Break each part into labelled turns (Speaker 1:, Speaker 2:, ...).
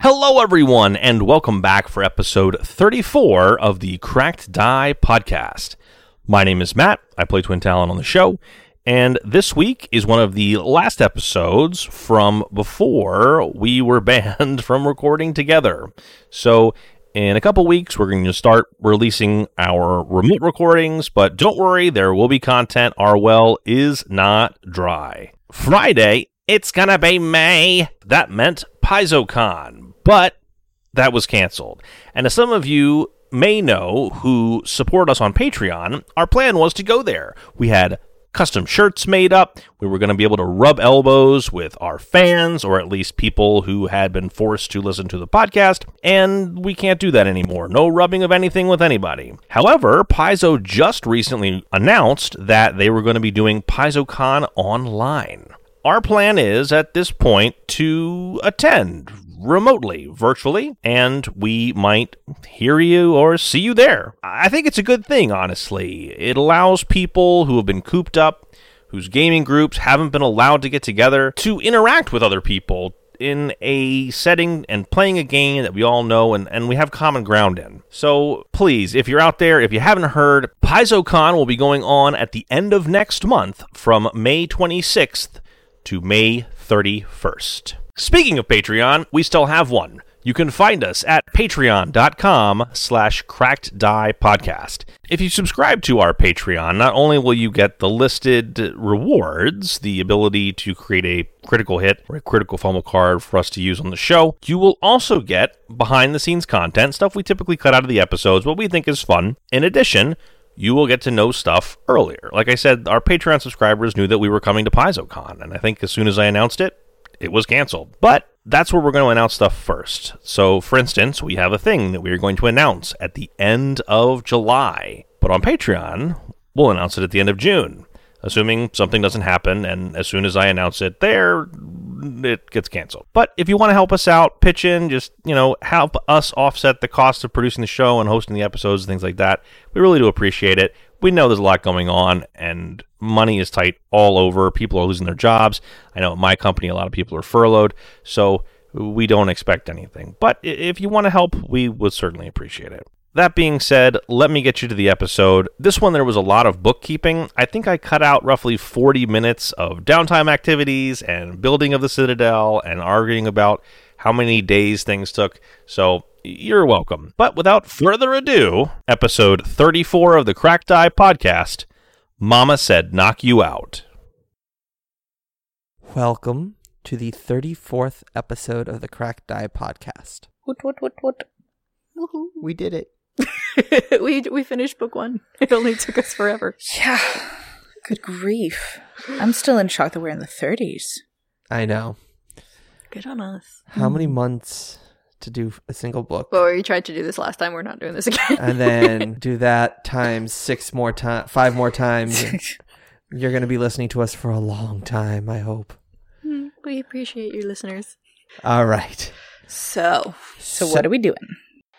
Speaker 1: Hello, everyone, and welcome back for episode 34 of the Cracked Die podcast. My name is Matt. I play Twin Talon on the show, and this week is one of the last episodes from before we were banned from recording together. So, in a couple weeks, we're going to start releasing our remote recordings, but don't worry, there will be content. Our well is not dry. Friday, it's going to be May. That meant PaizoCon, but that was canceled. And as some of you may know who support us on Patreon, our plan was to go there. We had custom shirts made up. We were going to be able to rub elbows with our fans, or at least people who had been forced to listen to the podcast, and we can't do that anymore. No rubbing of anything with anybody. However, Paizo just recently announced that they were going to be doing PaizoCon online. Our plan is at this point to attend remotely, virtually, and we might hear you or see you there. I think it's a good thing, honestly. It allows people who have been cooped up, whose gaming groups haven't been allowed to get together, to interact with other people in a setting and playing a game that we all know and, and we have common ground in. So please, if you're out there, if you haven't heard, PaizoCon will be going on at the end of next month from May 26th to May 31st. Speaking of Patreon, we still have one. You can find us at patreon.com slash cracked die podcast. If you subscribe to our Patreon, not only will you get the listed rewards, the ability to create a critical hit or a critical fumble card for us to use on the show, you will also get behind the scenes content, stuff we typically cut out of the episodes, what we think is fun. In addition, you will get to know stuff earlier. Like I said, our Patreon subscribers knew that we were coming to PaizoCon, and I think as soon as I announced it, it was canceled. But that's where we're going to announce stuff first. So, for instance, we have a thing that we are going to announce at the end of July, but on Patreon, we'll announce it at the end of June, assuming something doesn't happen. And as soon as I announce it there, it gets canceled. But if you want to help us out, pitch in, just, you know, help us offset the cost of producing the show and hosting the episodes and things like that. We really do appreciate it. We know there's a lot going on and money is tight all over. People are losing their jobs. I know at my company, a lot of people are furloughed. So we don't expect anything. But i- if you want to help, we would certainly appreciate it. That being said, let me get you to the episode. This one, there was a lot of bookkeeping. I think I cut out roughly 40 minutes of downtime activities and building of the Citadel and arguing about how many days things took. So you're welcome. But without further ado, episode 34 of the Cracked Eye podcast Mama Said Knock You Out.
Speaker 2: Welcome to the 34th episode of the Crack Die podcast.
Speaker 3: What what what what?
Speaker 2: We did it.
Speaker 4: we we finished book one. It only took us forever.
Speaker 3: Yeah. Good grief. I'm still in shock that we're in the 30s.
Speaker 2: I know.
Speaker 4: Good on us.
Speaker 2: How many months to do a single book?
Speaker 4: Well, we tried to do this last time. We're not doing this again.
Speaker 2: And then do that times six more times, five more times. You're going to be listening to us for a long time, I hope.
Speaker 4: Mm, we appreciate you, listeners.
Speaker 2: All right.
Speaker 4: So
Speaker 3: so what are we doing?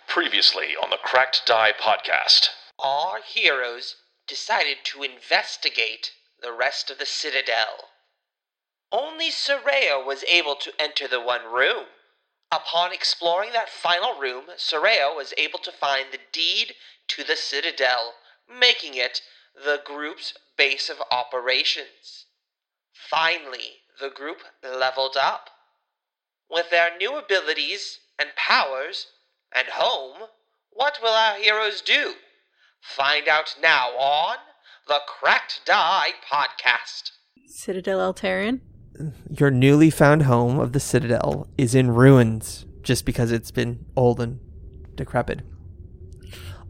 Speaker 1: Previously on the Cracked Die podcast.
Speaker 5: our heroes decided to investigate the rest of the citadel. Only Soraya was able to enter the one room. Upon exploring that final room, Soraya was able to find the deed to the citadel, making it the group's base of operations. Finally, the group leveled up. With their new abilities and powers and home, what will our heroes do? Find out now on the Cracked Die Podcast.
Speaker 4: Citadel Altarin.
Speaker 2: Your newly found home of the Citadel is in ruins just because it's been old and decrepit.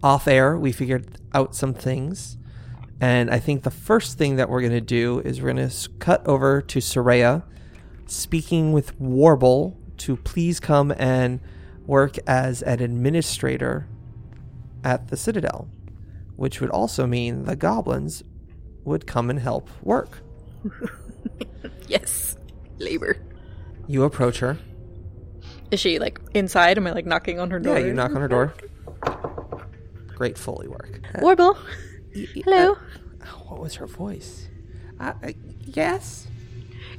Speaker 2: Off air, we figured out some things. And I think the first thing that we're going to do is we're going to cut over to Soraya speaking with Warble to please come and work as an administrator at the Citadel, which would also mean the goblins would come and help work.
Speaker 4: Yes, labor.
Speaker 2: You approach her.
Speaker 4: Is she like inside? Am I like knocking on her door?
Speaker 2: Yeah, you knock on her door. Great Foley work.
Speaker 4: Warble. Hello.
Speaker 2: What was her voice? I, I, Uh, yes.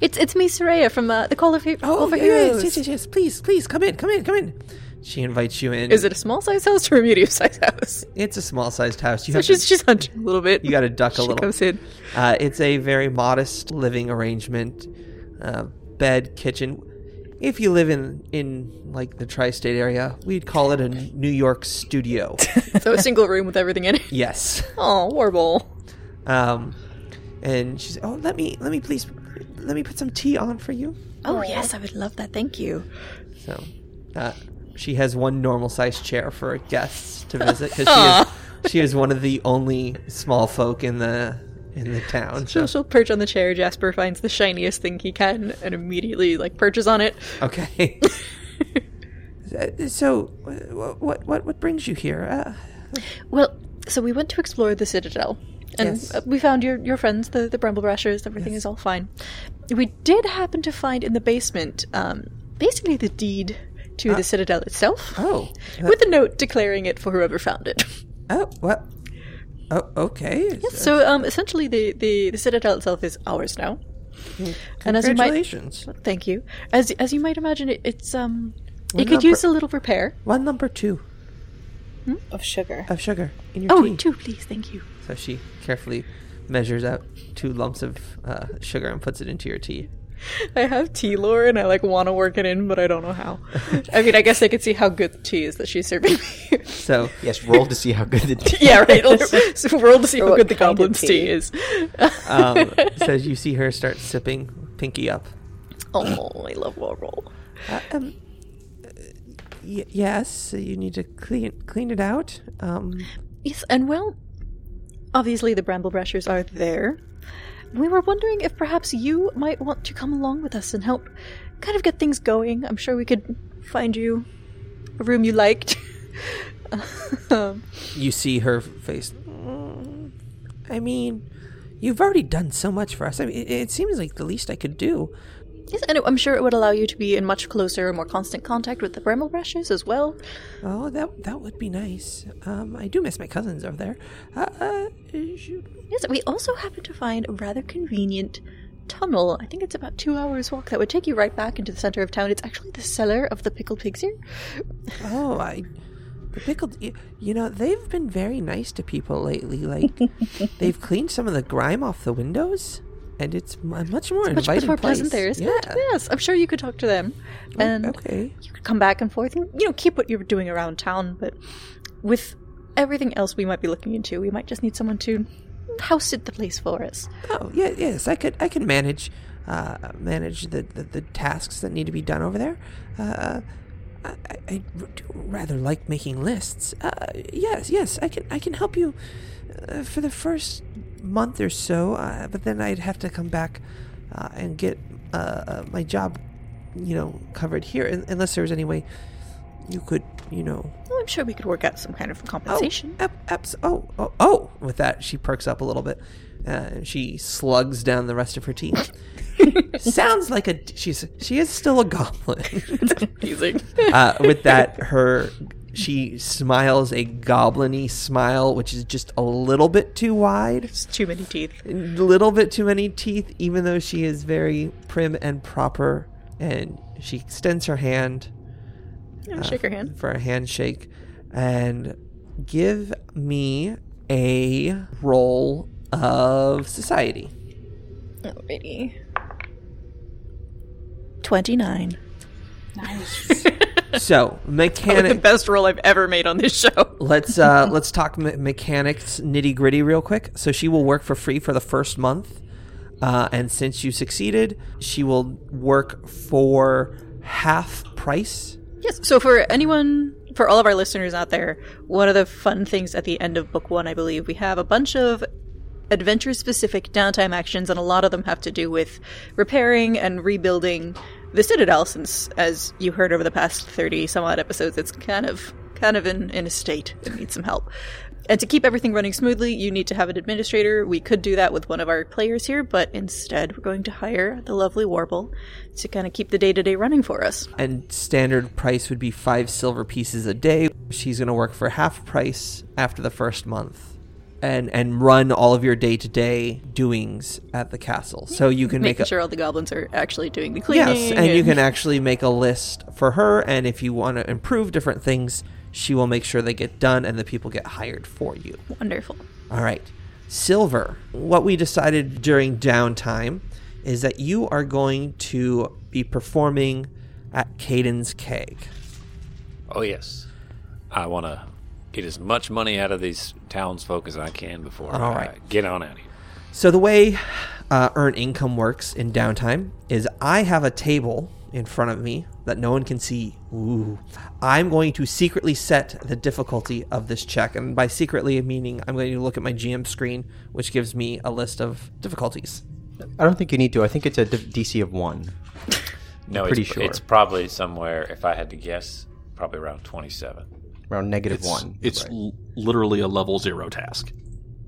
Speaker 4: It's it's me, Soraya, from uh, the Call of Hero.
Speaker 2: Oh,
Speaker 4: Over
Speaker 2: yeah, yes,
Speaker 4: Heroes.
Speaker 2: yes, yes, yes. Please, please, come in, come in, come in. She invites you in.
Speaker 4: Is it a small sized house or a medium sized house?
Speaker 2: It's a small sized house. You
Speaker 4: So
Speaker 2: have to,
Speaker 4: she's she's hunting a little bit.
Speaker 2: you got to duck a
Speaker 4: she
Speaker 2: little.
Speaker 4: comes in.
Speaker 2: Uh, it's a very modest living arrangement, uh, bed, kitchen. If you live in in like the tri-state area, we'd call it a New York studio.
Speaker 4: So a single room with everything in it.
Speaker 2: yes.
Speaker 4: Oh, Warble.
Speaker 2: Um, and she's oh let me let me please let me put some tea on for you.
Speaker 4: Oh yes, I would love that. Thank you.
Speaker 2: So, uh, she has one normal sized chair for guests to visit because she is she is one of the only small folk in the in the town.
Speaker 4: She'll,
Speaker 2: So,
Speaker 4: she'll perch on the chair. Jasper finds the shiniest thing he can and immediately like perches on it.
Speaker 2: okay. Uh, so, wh- wh- what what what brings you here? Uh,
Speaker 4: Well, so we went to explore the citadel, and
Speaker 2: Yes.
Speaker 4: uh, we found your your friends, the the bramble brashers. Everything is all fine. We did happen to find in the basement, um, basically the deed to the citadel itself,
Speaker 2: oh, uh,
Speaker 4: with a note declaring it for whoever found it.
Speaker 2: oh, what? Oh, okay.
Speaker 4: so, um, essentially, the, the the citadel itself is ours now. And as you might
Speaker 2: Congratulations.
Speaker 4: thank you, as as you might imagine, it, it's um,
Speaker 2: We're
Speaker 4: it could
Speaker 2: not br-
Speaker 4: use a little repair.
Speaker 2: One number two
Speaker 3: Of sugar.
Speaker 2: of sugar in your
Speaker 4: Oh,
Speaker 2: tea.
Speaker 4: two, please, thank you.
Speaker 2: So she carefully measures out two lumps of uh, sugar and puts it into your tea.
Speaker 4: I have tea lore and I like want to work it in, but I don't know how. I mean, I guess I could see how good the tea is that she's serving me.
Speaker 2: So
Speaker 6: Yes, roll to see how good the tea.
Speaker 4: yeah, right. So roll to see how
Speaker 3: what
Speaker 4: good the
Speaker 3: kind of
Speaker 4: goblin's tea.
Speaker 3: tea?
Speaker 4: is.
Speaker 2: um, so you see her start sipping pinky up.
Speaker 4: Oh, I love war roll.
Speaker 2: Uh, um, y- yes, you need to clean clean it out. Um,
Speaker 4: Yes, and well, obviously the bramble brashers are there. We were wondering if perhaps you might want to come along with us and help kind of get things going. I'm sure we could find you a room you liked. um,
Speaker 2: you see her face. "Mm, I mean, you've already done so much for us. I mean, it, it seems like the least I could do.
Speaker 4: Yes, and it- I'm sure it would allow you to be in much closer and more constant contact with the Bramble Brushes as well.
Speaker 2: Oh, that that would be nice. Um, I do miss my cousins over there. Uh, uh, sh-
Speaker 4: Yes, we also happen to find a rather convenient tunnel. I think it's about two hours walk that would take you right back into the center of town. It's actually the cellar of the Pickled Pigs here.
Speaker 2: oh, I. The pickled, you, you know, they've been very nice to people lately. Like, they've cleaned some of the grime off the windows, and it's mu- a much more
Speaker 4: Much,
Speaker 2: inviting
Speaker 4: more
Speaker 2: place.
Speaker 4: pleasant there, isn't
Speaker 2: yeah. Oh,
Speaker 4: it? Yes, I'm sure you could talk to them. And
Speaker 2: Okay.
Speaker 4: you could come back and forth and, you know, keep what you were doing around town, but with everything else we might be looking into, we might just need someone to house sit the place for us.
Speaker 2: Oh yeah, yes, I could I can manage uh, manage the, the, the tasks that need to be done over there. Uh, I, I I do rather like making lists. Uh, yes, yes, I can I can help you uh, for the first month or so, uh, but then I'd have to come back uh, and get uh, uh, my job, you know, covered here. un- Unless there was any way you could, you know,
Speaker 4: Well, I'm sure we could work out some kind of compensation.
Speaker 2: Oh, ab- abs- oh, oh, oh. With that, she perks up a little bit. Uh, she slugs down the rest of her tea. Sounds like a she's she is still a goblin.
Speaker 4: Amazing.
Speaker 2: Uh, with that, her she smiles a goblin-y smile, which is just a little bit too wide,
Speaker 4: It's too many teeth.
Speaker 2: a little bit too many teeth. Even though she is very prim and proper, and she extends her hand
Speaker 4: And shake her hand.
Speaker 2: for a handshake and give me a roll of society.
Speaker 4: Alrighty. 29.
Speaker 3: Nice.
Speaker 2: So mechanic,
Speaker 4: best roll I've ever made on this show.
Speaker 2: let's uh, let's talk me- mechanics nitty gritty real quick. So she will work for free for the first month, uh, and since you succeeded, she will work for half price.
Speaker 4: Yes. So for anyone, for all of our listeners out there, one of the fun things at the end of book one, I believe, we have a bunch of adventure specific downtime actions, and a lot of them have to do with repairing and rebuilding the citadel. Since, as you heard over the past thirty some odd episodes, it's kind of kind of in, in a state. It needs some help. And to keep everything running smoothly, you need to have an administrator. We could do that with one of our players here, but instead, we're going to hire the lovely Warble to kind of keep the day to day running for us.
Speaker 2: and standard price would be five silver pieces a day. She's going to work for half price after the first month. and and run all of your day to day doings at the castle. So you can make
Speaker 4: Making
Speaker 2: a
Speaker 4: sure all the goblins are actually doing the cleaning.
Speaker 2: yes, and you can actually make a list for her. And if you want to improve different things, she will make sure they get done and the people get hired for you.
Speaker 4: Wonderful.
Speaker 2: All right. Silver, what we decided during downtime is that you are going to be performing at Caden's Keg.
Speaker 7: Oh yes, I want to get as much money out of these townsfolk as I can before
Speaker 2: All
Speaker 7: I
Speaker 2: right.
Speaker 7: get on out of here.
Speaker 2: So, the way uh, earn income works in downtime is I have a table in front of me that no one can see. Ooh. I'm going to secretly set the difficulty of this check. And by secretly, meaning I'm going to look at my GM screen, which gives me a list of difficulties.
Speaker 6: I don't think you need to. I think it's a d- DC of one.
Speaker 7: No,
Speaker 6: pretty
Speaker 7: it's,
Speaker 6: sure.
Speaker 7: it's probably somewhere. If I had to guess, probably around twenty-seven.
Speaker 6: Around negative
Speaker 1: It's,
Speaker 6: one.
Speaker 1: it's
Speaker 6: Right.
Speaker 1: l- literally a level zero task.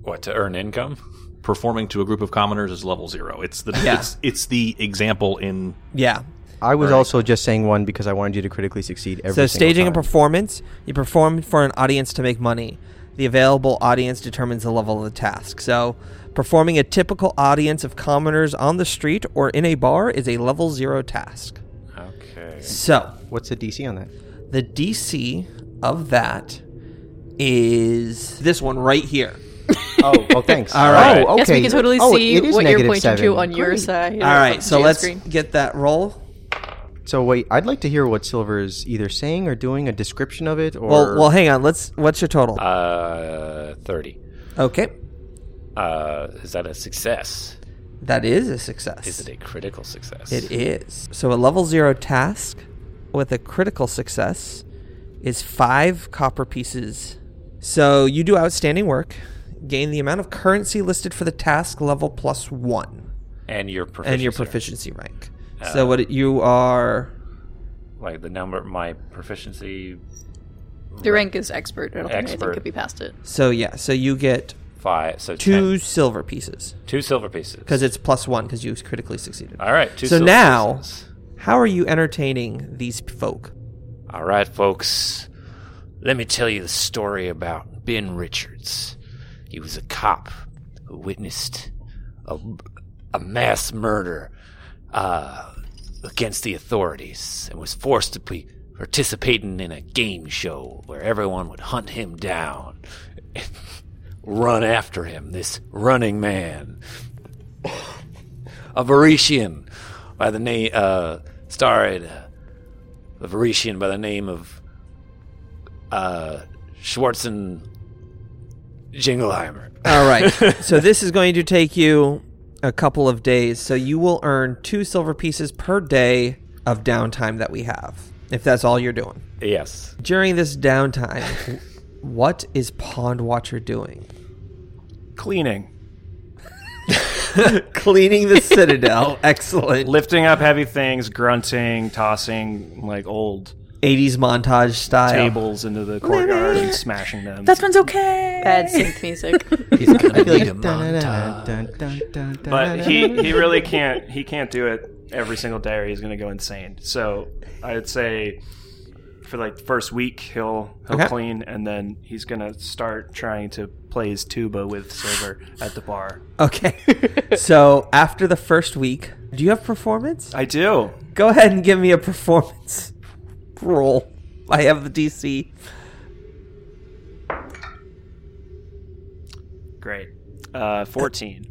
Speaker 7: What to earn income?
Speaker 1: Performing to a group of commoners is level zero. It's the
Speaker 2: Yeah.
Speaker 1: it's, it's the example in
Speaker 2: Yeah.
Speaker 6: I was also just saying one because I wanted you to critically succeed every
Speaker 2: So
Speaker 6: single
Speaker 2: staging a
Speaker 6: time.
Speaker 2: performance, you perform for an audience to make money. The available audience determines the level of the task. So performing a typical audience of commoners on the street or in a bar is a level 0 task.
Speaker 7: Okay.
Speaker 2: So
Speaker 6: What's the DC on that?
Speaker 2: the DC of that is this one right here.
Speaker 6: Oh, oh, thanks. All
Speaker 7: right.
Speaker 6: Oh, okay.
Speaker 4: Yes, we can totally
Speaker 6: Oh,
Speaker 4: see
Speaker 6: it is
Speaker 4: what you're
Speaker 6: negative
Speaker 4: pointing to
Speaker 6: seven.
Speaker 4: on your
Speaker 6: Great.
Speaker 4: side.
Speaker 2: All right, so
Speaker 4: GM
Speaker 2: let's
Speaker 4: screen.
Speaker 2: get that roll.
Speaker 6: So wait, I'd like to hear what Silver is either saying or doing a description of it or
Speaker 2: Well, well, hang on. Let's. What's your total?
Speaker 7: Uh, thirty.
Speaker 2: okay,
Speaker 7: Uh, is that a success?
Speaker 2: that is a success.
Speaker 7: Is it a critical success?
Speaker 2: It is. So a level zero task with a critical success is five copper pieces. So you do outstanding work, gain the amount of currency listed for the task level plus one,
Speaker 7: And your proficiency.
Speaker 2: and your
Speaker 7: rate.
Speaker 2: proficiency rank. so what it- you are?
Speaker 7: Like the number, my proficiency
Speaker 4: The rank is expert. I don't think anything
Speaker 7: Expert.
Speaker 4: could be past it.
Speaker 2: So yeah, so you get
Speaker 7: five. So
Speaker 2: two
Speaker 7: 10.
Speaker 2: silver pieces
Speaker 7: two silver pieces.
Speaker 2: because it's plus one because you critically succeeded.
Speaker 7: all right. Two
Speaker 2: so
Speaker 7: silver
Speaker 2: now-
Speaker 7: pieces.
Speaker 2: How are you entertaining these folk?
Speaker 7: All right, folks. Let me tell you the story about Ben Richards. He was a cop who witnessed a, a mass murder uh, against the authorities and was forced to be participating in a game show where everyone would hunt him down and run after him, this running man. A Varisian by the name, uh, starred. Uh, a Varisian by the name of uh, Schwarzen Jingleheimer.
Speaker 2: All right. so this is going to take you a couple of days. So you will earn two silver pieces per day of downtime that we have, if that's all you're doing.
Speaker 7: Yes.
Speaker 2: During this downtime, what is Pond Watcher doing?
Speaker 8: Cleaning,
Speaker 2: Cleaning the citadel. Excellent.
Speaker 8: lifting up heavy things, grunting, tossing like old
Speaker 2: 80s montage style.
Speaker 8: tables into the courtyard and smashing them.
Speaker 3: That's when's okay.
Speaker 4: Bad synth music.
Speaker 6: He's gonna
Speaker 7: need a montage.
Speaker 8: but he, he really can't he can't do it every single day or he's going to go insane so i'd say for like the first week he'll he'll
Speaker 2: Okay.
Speaker 8: clean and then he's going to start trying to play his tuba with silver at the bar
Speaker 2: Okay. so after the first week, do you have performance?
Speaker 8: i do
Speaker 2: Go ahead and give me a performance roll. I have the DC.
Speaker 8: great uh 14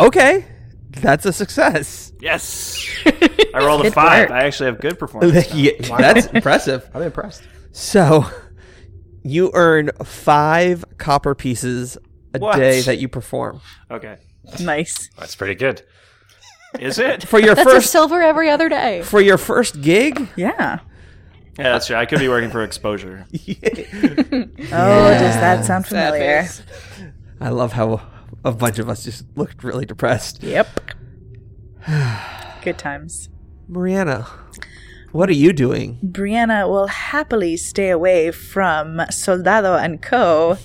Speaker 2: Okay. That's a success.
Speaker 8: yes i rolled a five i actually have good performance
Speaker 2: Yeah, that's impressive.
Speaker 6: I'm impressed.
Speaker 2: So, you earn five copper pieces a
Speaker 8: What?
Speaker 2: day that you perform
Speaker 8: okay
Speaker 3: Nice.
Speaker 7: That's pretty good.
Speaker 8: is it
Speaker 2: for your
Speaker 4: That's a
Speaker 2: first
Speaker 4: silver every other day.
Speaker 2: for your first gig.
Speaker 3: Yeah.
Speaker 8: yeah that's true i could be working for exposure
Speaker 3: Oh, does that sound familiar?
Speaker 2: I love how a bunch of us just looked really depressed.
Speaker 3: Yep. Good times.
Speaker 2: Mariana, what are you doing?
Speaker 3: Brianna will happily stay away from Soldado and Co.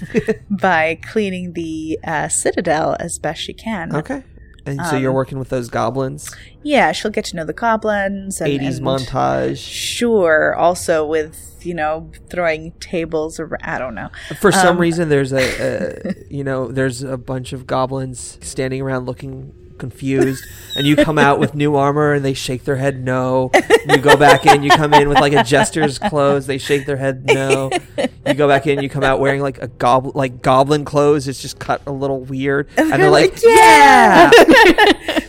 Speaker 3: by cleaning the uh, citadel as best she can.
Speaker 2: Okay, And so you're working with those goblins,
Speaker 3: Yeah, she'll get to know the goblins and
Speaker 2: 80s
Speaker 3: and-
Speaker 2: montage.
Speaker 3: Sure. Also with you know throwing tables around. I don't know.
Speaker 2: For some
Speaker 3: Um,
Speaker 2: reason, there's a, a you know there's a bunch of goblins standing around looking confused, and you come out with new armor and they shake their head no. You go back in, you come in with like a jester's clothes, they shake their head no. You go back in, you come out wearing like a goblin like goblin clothes. It's just cut a little weird, and they're like
Speaker 3: yeah.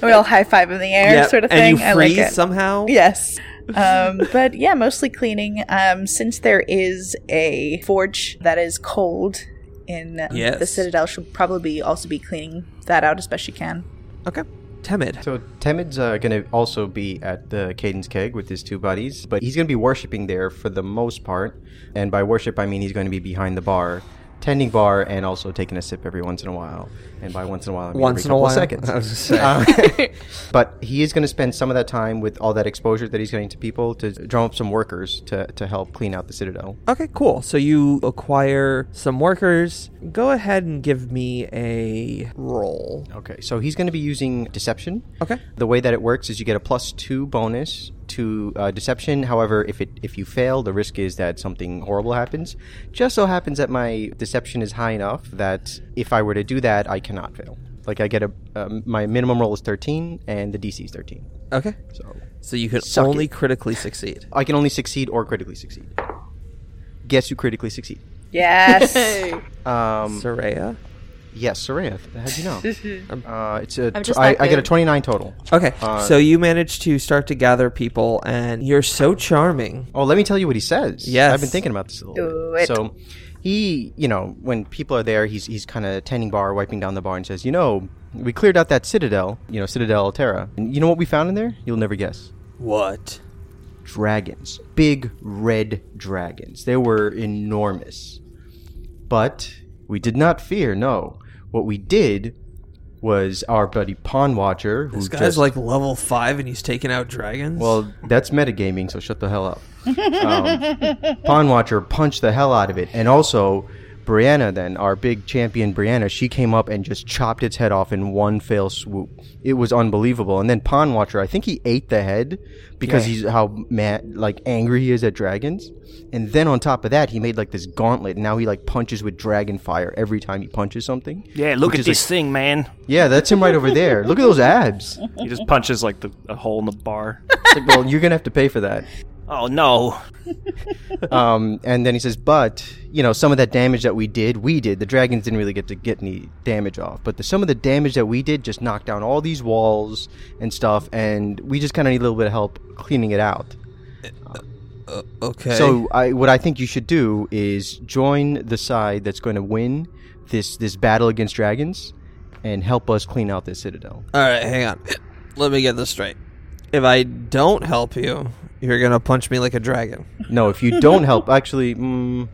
Speaker 3: we all high five in the air,
Speaker 2: Yep,
Speaker 3: sort of
Speaker 2: and
Speaker 3: thing.
Speaker 2: you
Speaker 3: I like
Speaker 2: freeze
Speaker 3: it.
Speaker 2: somehow.
Speaker 3: Yes. Um, but yeah, mostly cleaning. Um, since there is a forge that is cold in um,
Speaker 2: Yes.
Speaker 3: the citadel, she'll probably also be cleaning that out as best she can.
Speaker 2: Okay, timid.
Speaker 6: So Temid's uh, going to also be at the Cadence Keg with his two buddies, but he's going to be worshiping there for the most part. And by worship, I mean he's going to be behind the bar, tending bar, and also taking a sip every once in a while. And by once in a while, I mean
Speaker 2: Once
Speaker 6: every
Speaker 2: in a
Speaker 6: couple
Speaker 2: while.
Speaker 6: of seconds.
Speaker 2: I was gonna say.
Speaker 6: Uh, but he is going to spend some of that time with all that exposure that he's getting to people to drum up some workers to, to help clean out the Citadel.
Speaker 2: Okay, cool. So you acquire some workers. Go ahead and give me a roll.
Speaker 6: Okay, so he's going to be using deception.
Speaker 2: Okay.
Speaker 6: The way that it works is you get a plus two bonus to uh, deception. However, if it if you fail, the risk is that something horrible happens. Just so happens that my deception is high enough that if I were to do that, I cannot fail. Like I get a um, my minimum roll is thirteen and the DC is thirteen.
Speaker 2: Okay.
Speaker 6: So
Speaker 2: So you can
Speaker 6: Suck
Speaker 2: only
Speaker 6: it.
Speaker 2: critically succeed.
Speaker 6: I can only succeed or critically succeed. Guess who critically succeed?
Speaker 3: Yes.
Speaker 6: Um,
Speaker 2: Soraya.
Speaker 6: yes, Soraya. How'd you know? uh, it's a
Speaker 4: I'm just
Speaker 6: I,
Speaker 4: that
Speaker 6: I get a
Speaker 4: good.
Speaker 6: twenty nine total.
Speaker 2: Okay.
Speaker 6: Uh,
Speaker 2: so you manage to start to gather people, and you're so charming.
Speaker 6: Oh, let me tell you what he says.
Speaker 2: Yes.
Speaker 6: I've been thinking about this a little
Speaker 3: Do
Speaker 6: bit.
Speaker 3: it.
Speaker 6: So he, you know, when people are there, he's he's kind of tending bar, wiping down the bar, and says, "You know, we cleared out that citadel, you know, Citadel Terra. And you know what we found in there? You'll never guess.
Speaker 2: What?
Speaker 6: Dragons, big red dragons. They were enormous, but we did not fear. No, what we did." Was our buddy Pawn Watcher who
Speaker 2: This guy's
Speaker 6: just
Speaker 2: like level five, and he's taking out dragons.
Speaker 6: well, that's metagaming, so shut the hell up. Um, Pawn Watcher punched the hell out of it. And also, Brianna, then, our big champion Brianna, she came up and just chopped its head off in one fail swoop. It was unbelievable. And then Pawn Watcher, I think he ate the head because he's how mad, like, angry he is at dragons. And then on top of that, he made, like, this gauntlet. And now he, like, punches with dragon fire every time he punches something.
Speaker 8: Yeah, look
Speaker 6: Which
Speaker 8: at
Speaker 6: is like-
Speaker 8: this thing, man.
Speaker 6: Yeah, that's him right over there. Look at those abs.
Speaker 8: He just punches like the a hole in the bar.
Speaker 6: It's like, well, you're going to have to pay for that.
Speaker 8: Oh no!
Speaker 6: Um, and then he says, but you know, some of that damage that we did, we did. The dragons didn't really get to get any damage off, but the, some of the damage that we did just knocked down all these walls and stuff, and we just kind of need a little bit of help cleaning it out.
Speaker 2: okay.
Speaker 6: So, I, what I think you should do is join the side that's going to win this this battle against dragons, and help us clean out this citadel.
Speaker 2: all right, hang on. Let me get this straight. If I don't help you, you're gonna punch me like a dragon.
Speaker 6: No, if you don't help, actually, mm,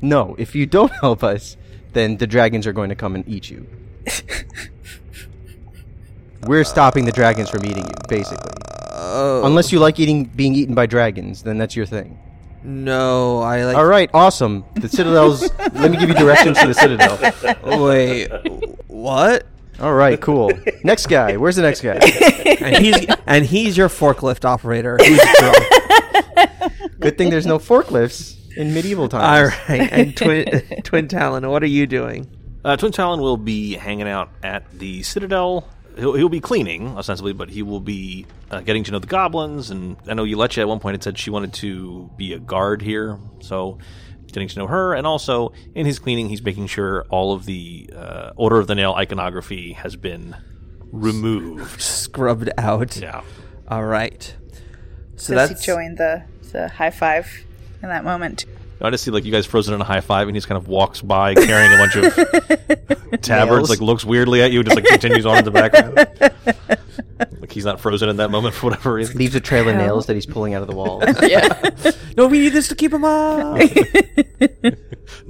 Speaker 6: no, if you don't help us, then the dragons are going to come and eat you. We're stopping the dragons from eating you, basically. Unless you like eating being eaten by dragons, then that's your thing.
Speaker 2: No, I like.
Speaker 6: All right, awesome. The citadel's. let me give you directions to the citadel.
Speaker 2: Wait, what?
Speaker 6: All right, cool. Next guy. Where's the next guy?
Speaker 2: and he's and he's your forklift operator. He's drunk.
Speaker 6: Good thing there's no forklifts in medieval
Speaker 2: All
Speaker 6: times.
Speaker 2: right, and twin twin Talon, what are you doing?
Speaker 1: Uh, Twin Talon will be hanging out at the Citadel. He'll, he'll be cleaning, ostensibly, but he will be uh, getting to know the goblins. And I know Yulecha at one point had said she wanted to be a guard here, so getting to know her. And also, in his cleaning, he's making sure all of the uh, Order of the Nail iconography has been removed.
Speaker 2: Scrubbed out.
Speaker 1: Yeah.
Speaker 2: All right. So
Speaker 3: Does he
Speaker 2: that's
Speaker 3: join the, the high five in that moment?
Speaker 1: I just see like you guys frozen in a high five, and he just kind of walks by carrying a bunch of tabards,
Speaker 6: Nails.
Speaker 1: like looks weirdly at you, and just like continues on in the background. like he's not frozen in that moment for whatever reason.
Speaker 6: Leaves a trail of nails that he's pulling out of the walls.
Speaker 2: no. We need this to keep him up.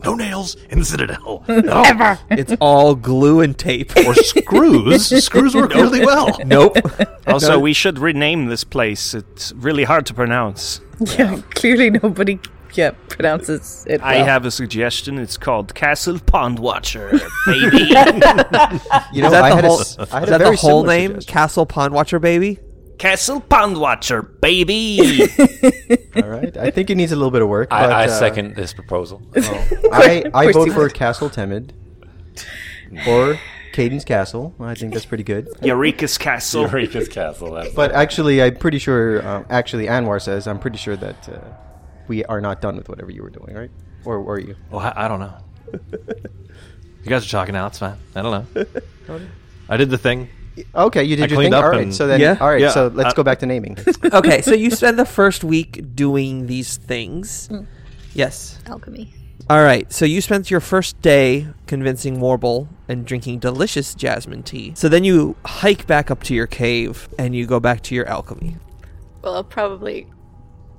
Speaker 1: No nails in the Citadel ever,
Speaker 2: it's all glue and tape.
Speaker 1: or screws. screws work really well.
Speaker 2: nope.
Speaker 8: Also, we should rename this place. It's really hard to pronounce.
Speaker 3: Yeah, clearly nobody yeah, pronounces it.
Speaker 8: I
Speaker 3: well.
Speaker 8: have a suggestion. It's called Castle Pond Watcher, baby.
Speaker 6: You know,
Speaker 2: is that
Speaker 6: I
Speaker 2: the
Speaker 6: had
Speaker 2: whole,
Speaker 6: a, s- I
Speaker 2: is
Speaker 6: had a
Speaker 2: that the
Speaker 6: very
Speaker 2: whole
Speaker 6: similar
Speaker 2: name?
Speaker 6: suggestion.
Speaker 2: Castle Pond Watcher Baby?
Speaker 8: Castle Pond Watcher, baby.
Speaker 6: All right, I think it needs a little bit of work.
Speaker 7: I,
Speaker 6: but,
Speaker 7: I
Speaker 6: uh,
Speaker 7: second this proposal.
Speaker 6: I, I
Speaker 3: course
Speaker 6: vote
Speaker 3: you
Speaker 6: for Castle Timid or Caden's Castle. I think that's pretty good.
Speaker 8: Eureka's Castle.
Speaker 7: Eureka's Castle. That's
Speaker 6: But actually, I'm pretty sure. Um, actually, Anwar says I'm pretty sure that uh, we are not done with whatever you were doing, right? Or were you?
Speaker 1: Oh, I, I don't know. you guys are talking out. It's fine. I don't know. I did the thing.
Speaker 6: Okay, you did
Speaker 1: I
Speaker 6: your
Speaker 1: cleaned
Speaker 6: thing.
Speaker 1: up
Speaker 6: All right,
Speaker 1: and-
Speaker 6: so then,
Speaker 2: Yeah.
Speaker 6: all right,
Speaker 1: Yeah.
Speaker 6: so let's
Speaker 1: Uh,
Speaker 6: go back to naming.
Speaker 2: Okay, so you spend the first week doing these things. Yes.
Speaker 4: Alchemy.
Speaker 2: All right, so you spent your first day convincing Warble and drinking delicious jasmine tea. So then you hike back up to your cave and you go back to your alchemy.
Speaker 4: Well, I'll probably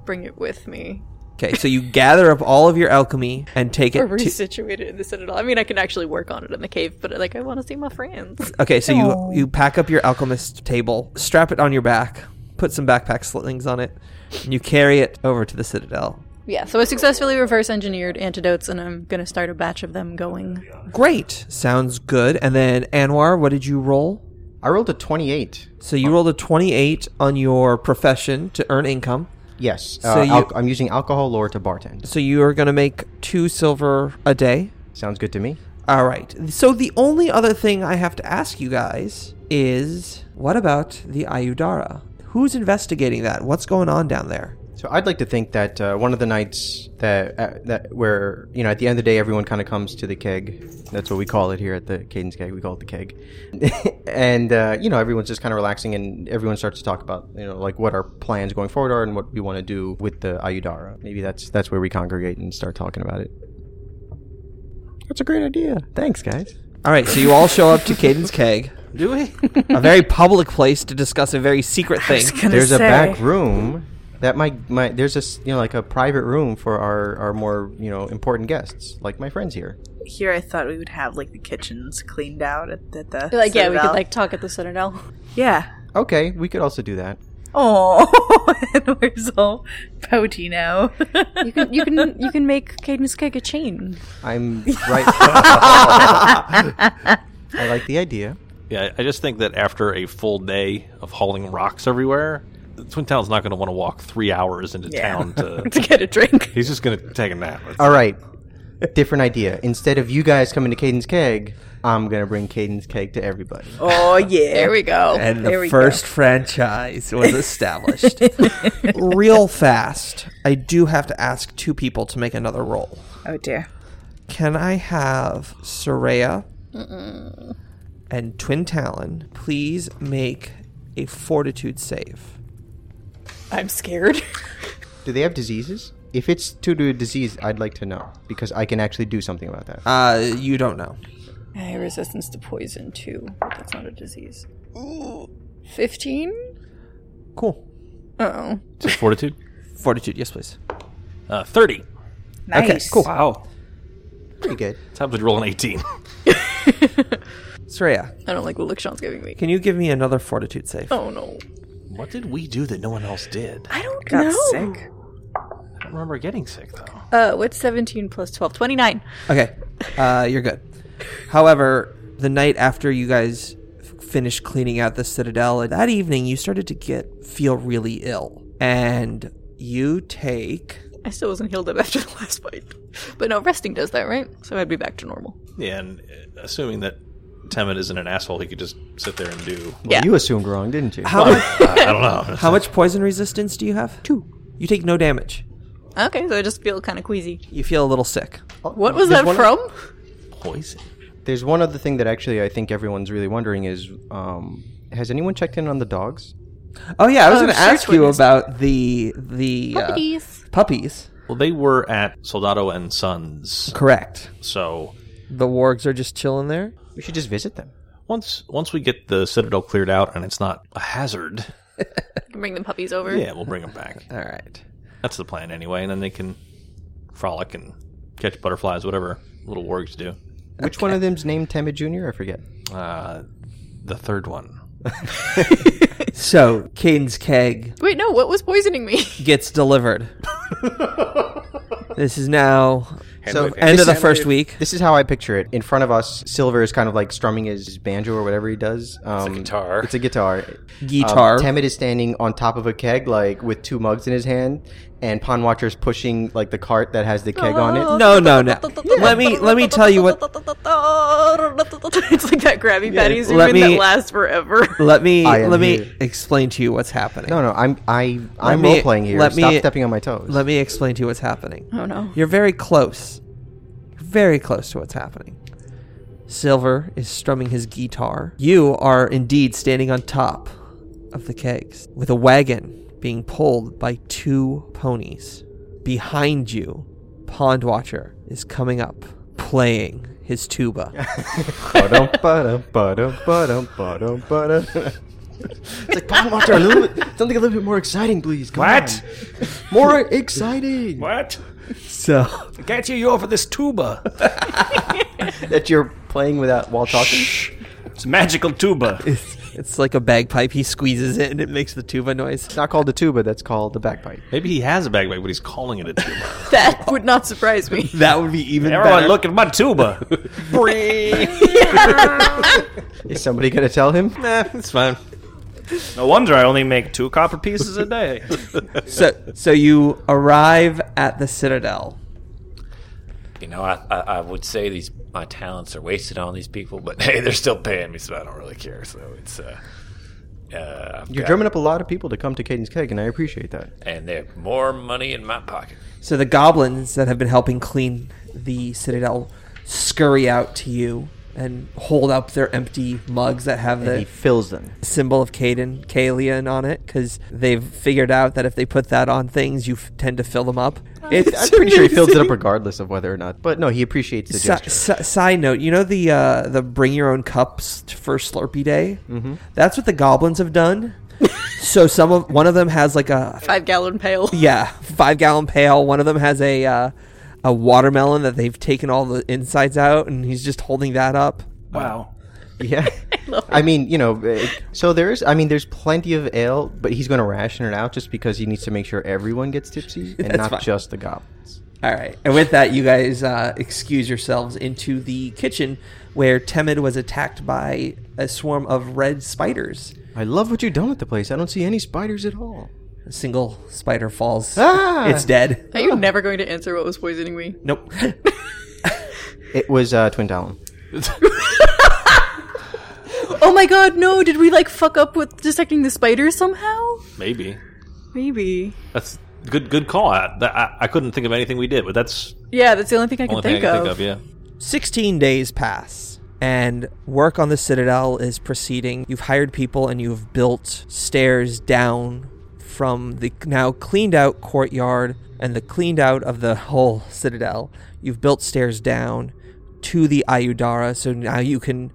Speaker 4: bring it with me
Speaker 2: Okay, so you gather up all of your alchemy and take
Speaker 4: or
Speaker 2: it to
Speaker 4: resituate it in the citadel. I mean, I can actually work on it in the cave, but like I want to see my friends.
Speaker 2: Okay, so you you pack up your alchemist table, strap it on your back, put some backpack slings on it, and you carry it over to the citadel.
Speaker 4: Yeah, so I successfully reverse engineered antidotes, and I'm gonna start a batch of them going.
Speaker 2: Great. Sounds good. And then Anwar, what did you roll?
Speaker 6: I rolled a 28.
Speaker 2: So you rolled a 28 on your profession to earn income.
Speaker 6: Yes,
Speaker 2: So
Speaker 6: uh,
Speaker 2: you-
Speaker 6: al- I'm using alcohol lore to bartend.
Speaker 2: So you are going to make 2 silver a day.
Speaker 6: Sounds good to me.
Speaker 2: All right. So the only other thing I have to ask you guys is what about the Ayudara? Who's investigating that? What's going on down there?
Speaker 6: So I'd like to think that uh, one of the nights that uh, that where you know at the end of the day everyone kind of comes to the keg. That's what we call it here at the Cadence Keg. We call it the keg, and uh, you know everyone's just kind of relaxing and everyone starts to talk about you know like what our plans going forward are and what we want to do with the Ayudara. Maybe that's that's where we congregate and start talking about it. That's a great idea. Thanks, guys.
Speaker 2: All right, so you all show up to Caden's keg. Do we? a very public place to discuss a very secret thing.
Speaker 6: There's a back room that my my there's a s- you know like a private room for our our more you know important guests like my friends here.
Speaker 3: Here, I thought we would have like the kitchens cleaned out at, at the.
Speaker 4: Like, yeah, we could
Speaker 3: Citadel.
Speaker 4: like talk at the citadel.
Speaker 3: yeah.
Speaker 6: Okay, we could also do that.
Speaker 3: Oh, and where's all Podino?
Speaker 4: You can, you can, you can make Cadence Keg a chain.
Speaker 6: I'm right. I like the idea.
Speaker 1: Yeah, I just think that after a full day of hauling rocks everywhere, Twin Town's not going to want to walk three hours into
Speaker 3: Yeah.
Speaker 1: town
Speaker 4: to
Speaker 1: to.
Speaker 4: get a drink.
Speaker 1: He's just going to take a nap. It's-
Speaker 6: All right, different idea. Instead of you guys coming to Caden's Keg, I'm gonna bring Caden's Keg to everybody.
Speaker 3: oh yeah,
Speaker 4: There we go.
Speaker 2: And
Speaker 3: There
Speaker 2: the
Speaker 3: we
Speaker 2: first franchise was established. Real fast, I do have to ask two people to make another roll.
Speaker 3: Oh dear.
Speaker 2: Can I have Soraya and Twin Talon please make a fortitude save?
Speaker 4: I'm scared.
Speaker 6: Do they have diseases? If it's due to a disease, I'd like to know because I can actually do something about that.
Speaker 2: Uh, you don't know.
Speaker 4: I resistance to poison too. That's not a disease. Fifteen.
Speaker 2: Cool.
Speaker 4: Oh,
Speaker 1: It's just fortitude.
Speaker 2: Fortitude, yes, please.
Speaker 1: Uh, Thirty
Speaker 3: Nice.
Speaker 2: cool.
Speaker 8: wow.
Speaker 6: Pretty good.
Speaker 1: times would roll an eighteen.
Speaker 2: Soraya,
Speaker 4: I don't like the look Sean's giving me.
Speaker 2: can you give me another fortitude save?
Speaker 4: Oh no,
Speaker 1: what did we do that no one else did?
Speaker 4: I don't
Speaker 3: Got
Speaker 4: know.
Speaker 3: sick.
Speaker 1: I don't remember getting sick though.
Speaker 4: Uh, what's seventeen plus 12? 29.
Speaker 2: Okay, uh, you're good. However, the night after you guys f- finished cleaning out the citadel, that evening you started to get feel really ill, and you take
Speaker 4: I still wasn't healed up after the last fight, but no, resting does that, right? So I'd be back to normal.
Speaker 1: Yeah, and uh, assuming that Temin isn't an asshole, he could just sit there and do.
Speaker 6: Well, you assumed wrong, didn't you?
Speaker 2: how much,
Speaker 1: I, I don't know.
Speaker 2: how much poison resistance do you have? Two. You take no damage.
Speaker 4: Okay, so I just feel kind of queasy.
Speaker 2: You feel a little sick.
Speaker 4: What was
Speaker 6: There's
Speaker 4: that
Speaker 6: one-
Speaker 4: from?
Speaker 1: poison?
Speaker 6: There's one other thing that actually I think everyone's really wondering is, um, has anyone checked in on the dogs?
Speaker 2: Oh yeah, I was
Speaker 4: Oh,
Speaker 2: going to
Speaker 4: sure,
Speaker 2: ask you
Speaker 4: twins.
Speaker 2: about the the uh,
Speaker 4: Puppies.
Speaker 2: puppies.
Speaker 1: Well, they were at Soldado and Sons,
Speaker 2: Correct.
Speaker 1: so
Speaker 2: The wargs are just chilling there.
Speaker 6: We should just visit them.
Speaker 1: once once we get the citadel cleared out and it's not a hazard,
Speaker 4: Bring the puppies over.
Speaker 1: yeah, we'll bring them back.
Speaker 2: All right.
Speaker 1: That's the plan anyway, and then they can frolic and catch butterflies, whatever little wargs do.
Speaker 6: Which one of them's named Temba Junior? I forget.
Speaker 1: Uh, the third one.
Speaker 2: So Caden's keg
Speaker 4: Wait, no, what was poisoning me?
Speaker 2: gets delivered. This is now
Speaker 6: So
Speaker 7: wave
Speaker 2: end
Speaker 6: this
Speaker 2: of the
Speaker 6: is-
Speaker 2: first week.
Speaker 6: This is how I picture it. In front of us, Silver is kind of like strumming his banjo or whatever he does. Um,
Speaker 7: guitar.
Speaker 6: It's a guitar.
Speaker 2: Guitar.
Speaker 6: Um, Temid is standing on top of a keg, like with two mugs in his hand, and Pond Watcher is pushing like the cart that has the keg on it.
Speaker 2: No, no, no. Let me let me tell you what.
Speaker 4: it's like that grabby patty zoom
Speaker 2: let
Speaker 4: in
Speaker 2: me-
Speaker 4: that lasts forever.
Speaker 2: Let me
Speaker 6: I am
Speaker 2: let me
Speaker 6: here.
Speaker 2: explain to you what's happening.
Speaker 6: No, no, I'm I I'm
Speaker 2: me-
Speaker 6: role playing here.
Speaker 2: let
Speaker 6: Stop
Speaker 2: me-
Speaker 6: stepping on my toes.
Speaker 2: Let me explain to you what's happening.
Speaker 4: oh no.
Speaker 2: You're very close. You're very close to what's happening. Silver is strumming his guitar. You are indeed standing on top of the kegs with a wagon being pulled by two ponies. Behind you, Pond Watcher is coming up playing his tuba.
Speaker 6: Ba-dum, ba-dum, ba-dum, ba-dum, ba-dum, ba-dum. It's like Pond Watcher, a little bit, something a little bit more exciting, please. Come
Speaker 8: What?
Speaker 6: on. More exciting.
Speaker 8: What?
Speaker 2: so,
Speaker 8: Can't you over this tuba?
Speaker 6: That you're playing without while talking.
Speaker 8: It's magical tuba.
Speaker 2: It's like a bagpipe. He squeezes it and it makes the tuba noise.
Speaker 6: It's not called the tuba. That's called the bagpipe.
Speaker 1: Maybe he has a bagpipe, but he's calling it a tuba.
Speaker 4: That would not surprise me.
Speaker 2: That would be even
Speaker 8: Everyone,
Speaker 2: better.
Speaker 8: look at my tuba.
Speaker 6: Is somebody gonna tell him?
Speaker 1: nah, it's fine.
Speaker 8: No wonder I only make two copper pieces a day.
Speaker 2: So, so you arrive at the Citadel.
Speaker 7: You know, I, I, I would say these my talents are wasted on these people, but hey, they're still paying me, so I don't really care. So it's uh, uh I've
Speaker 6: You're
Speaker 7: got-
Speaker 6: drumming up a lot of people to come to Caden's Keg, and I appreciate that.
Speaker 7: and they have more money in my pocket.
Speaker 2: So the goblins that have been helping clean the Citadel scurry out to you and hold up their empty mugs that have the
Speaker 6: fills them.
Speaker 2: symbol of Caden, Kalian on it because they've figured out that if they put that on things, you f- tend to fill them up. It's
Speaker 6: I'm pretty sure he fills it up regardless of whether or not. But no, he appreciates the gesture.
Speaker 2: Si- si- side note, you know the uh, the bring your own cups t- for Slurpee Day. Mm-hmm. That's what the goblins have done. so some of one of them has like a
Speaker 4: Five gallon pail.
Speaker 2: yeah five gallon pail. One of them has a uh, a watermelon that they've taken all the insides out, and he's just holding that up.
Speaker 8: Wow.
Speaker 6: Yeah. I mean, you know, eh, so there's, I mean, there's plenty of ale, but he's going to ration it out just because he needs to make sure everyone gets tipsy and
Speaker 2: That's
Speaker 6: not
Speaker 2: fine.
Speaker 6: just the goblins.
Speaker 2: All right, and with that, you guys uh, excuse yourselves into the kitchen where Temid was attacked by a swarm of red spiders.
Speaker 6: I love what you've done with the place. I don't see any spiders at all.
Speaker 2: A single spider falls.
Speaker 6: Ah!
Speaker 2: It's dead.
Speaker 4: Are you never going to answer what was poisoning me?
Speaker 2: Nope.
Speaker 6: It was uh, Twin Talon.
Speaker 4: Oh my god, no! Did we like fuck up with dissecting the spider somehow?
Speaker 1: Maybe
Speaker 4: Maybe.
Speaker 1: that's good. Good call. I, that, I, I couldn't think of anything we did, but that's
Speaker 4: Yeah, that's the only thing I
Speaker 1: the
Speaker 4: can
Speaker 1: only thing
Speaker 4: think,
Speaker 1: I
Speaker 4: of.
Speaker 1: can think of. Yeah.
Speaker 2: 16 days pass and work on the citadel is proceeding you've hired people and you've built stairs down from the now cleaned out courtyard and the cleaned out of the whole citadel you've built stairs down to the ayudara so now you can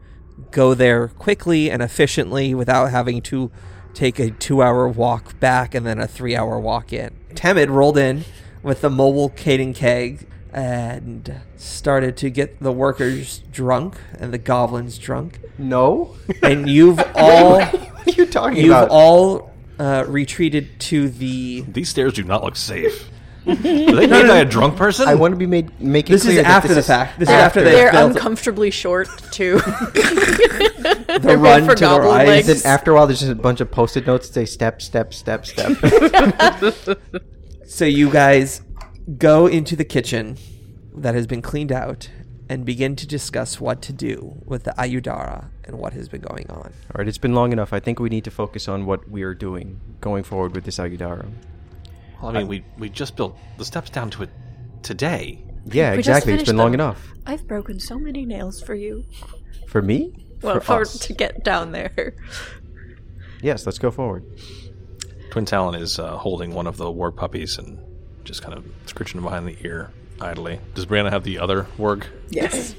Speaker 2: go there quickly and efficiently without having to take a two hour walk back and then a three hour walk in. Temid rolled in with the mobile Caden keg and started to get the workers drunk and the goblins drunk.
Speaker 6: No?
Speaker 2: And you've all
Speaker 6: what are you talking
Speaker 2: you've
Speaker 6: about?
Speaker 2: all uh, retreated to the
Speaker 1: These stairs do not look safe. Are they made by a drunk person?
Speaker 6: I want to be made, make it
Speaker 2: This is
Speaker 6: clear that
Speaker 2: after the fact. This is after they
Speaker 4: They're
Speaker 2: built
Speaker 4: uncomfortably short too.
Speaker 2: the run
Speaker 4: for
Speaker 2: to their
Speaker 4: goblin
Speaker 2: eyes.
Speaker 4: legs.
Speaker 6: Then after a while, there's just a bunch of post-it notes that say step, step, step, step.
Speaker 2: So you guys go into the kitchen that has been cleaned out and begin to discuss what to do with the Ayudara and what has been going on.
Speaker 6: All right, it's been long enough. I think we need to focus on what we are doing going forward with this Agudaro.
Speaker 1: Well, I mean, we we just built the steps down to it today.
Speaker 6: Yeah,
Speaker 4: We just
Speaker 6: exactly. It's
Speaker 4: finished
Speaker 6: been long
Speaker 4: them.
Speaker 6: enough.
Speaker 4: I've broken so many nails for you.
Speaker 6: For me?
Speaker 4: Well, for,
Speaker 6: us.
Speaker 4: to get down there.
Speaker 6: Yes, let's go forward.
Speaker 1: Twin Talon is uh, holding one of the war puppies and just kind of scratching him behind the ear idly. Does Brianna have the other worg?
Speaker 3: Yes.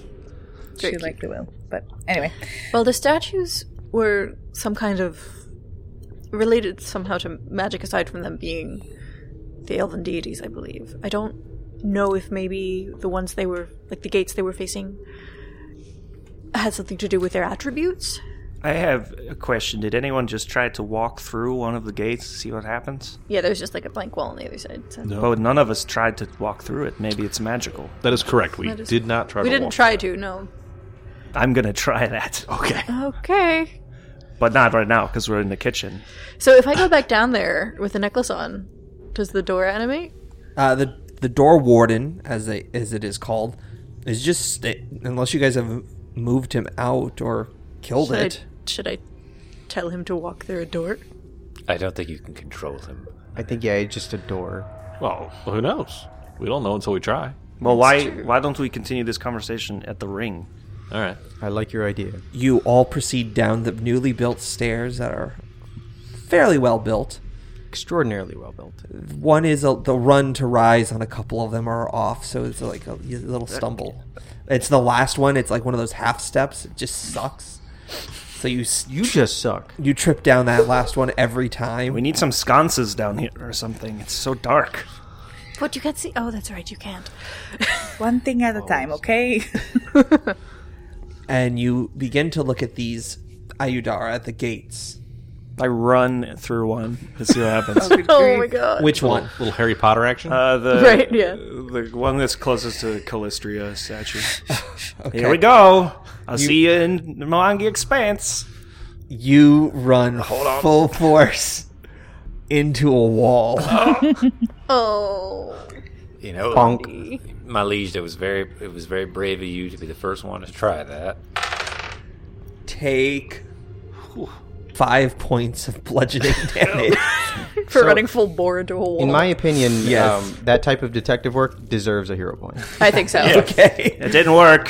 Speaker 3: she likely will. But anyway.
Speaker 4: Well, the statues were some kind of related somehow to magic, aside from them being the elven deities, I believe. I don't know if maybe the ones they were, like the gates they were facing, had something to do with their attributes.
Speaker 8: I have a question. Did anyone just try to walk through one of the gates to see what happens?
Speaker 4: Yeah, there's just like a blank wall on the other side. So.
Speaker 8: But none of us tried to walk through it. Maybe it's magical.
Speaker 1: That is correct. We
Speaker 4: That is-
Speaker 1: did not try.
Speaker 4: We
Speaker 1: to
Speaker 4: didn't
Speaker 1: walk
Speaker 4: try to, no.
Speaker 8: I'm gonna try that. Okay.
Speaker 4: Okay.
Speaker 8: But not right now because we're in the kitchen.
Speaker 4: So if I go back down there with the necklace on, does the door animate?
Speaker 2: Uh, the the door warden, as they as it is called, is just sta- unless you guys have moved him out or killed
Speaker 4: Should
Speaker 2: it.
Speaker 4: I, should I tell him to walk through a door?
Speaker 7: I don't think you can control him.
Speaker 6: I think yeah, it's just a door.
Speaker 1: Well, who knows? We don't know until we try.
Speaker 8: Well, why why don't we continue this conversation at the ring?
Speaker 1: All right.
Speaker 6: I like your idea.
Speaker 2: You all proceed down the newly built stairs that are fairly well built.
Speaker 6: Extraordinarily well built.
Speaker 2: One is a, the run to rise on a couple of them are off, so it's like a little stumble. It's the last one. It's like one of those half steps. It just sucks. So you s-
Speaker 6: You just suck.
Speaker 2: you trip down that last one every time.
Speaker 8: We need some sconces down here or something. It's so dark.
Speaker 4: What, you can't see? Oh, that's right, you can't.
Speaker 3: One thing at a time, okay?
Speaker 2: and you begin to look at these Ayudara at the gates.
Speaker 8: I run through one to see what happens.
Speaker 4: Oh my god.
Speaker 2: Which one?
Speaker 1: Little Harry Potter action.
Speaker 8: uh, the
Speaker 4: Right, yeah.
Speaker 8: the one that's closest to Callistria statue.
Speaker 2: Okay.
Speaker 8: Here we go. I'll see you in the Malangi Expanse.
Speaker 2: You run full force into a wall.
Speaker 4: Oh.
Speaker 7: You know, my liege, that was very it was very brave of you to be the first one to try that.
Speaker 2: Take five points of bludgeoning damage.
Speaker 4: For running full bore into a wall.
Speaker 6: In my opinion,
Speaker 2: Yes.
Speaker 6: um, that type of detective work deserves a hero point.
Speaker 4: I think so.
Speaker 2: okay.
Speaker 8: It didn't work.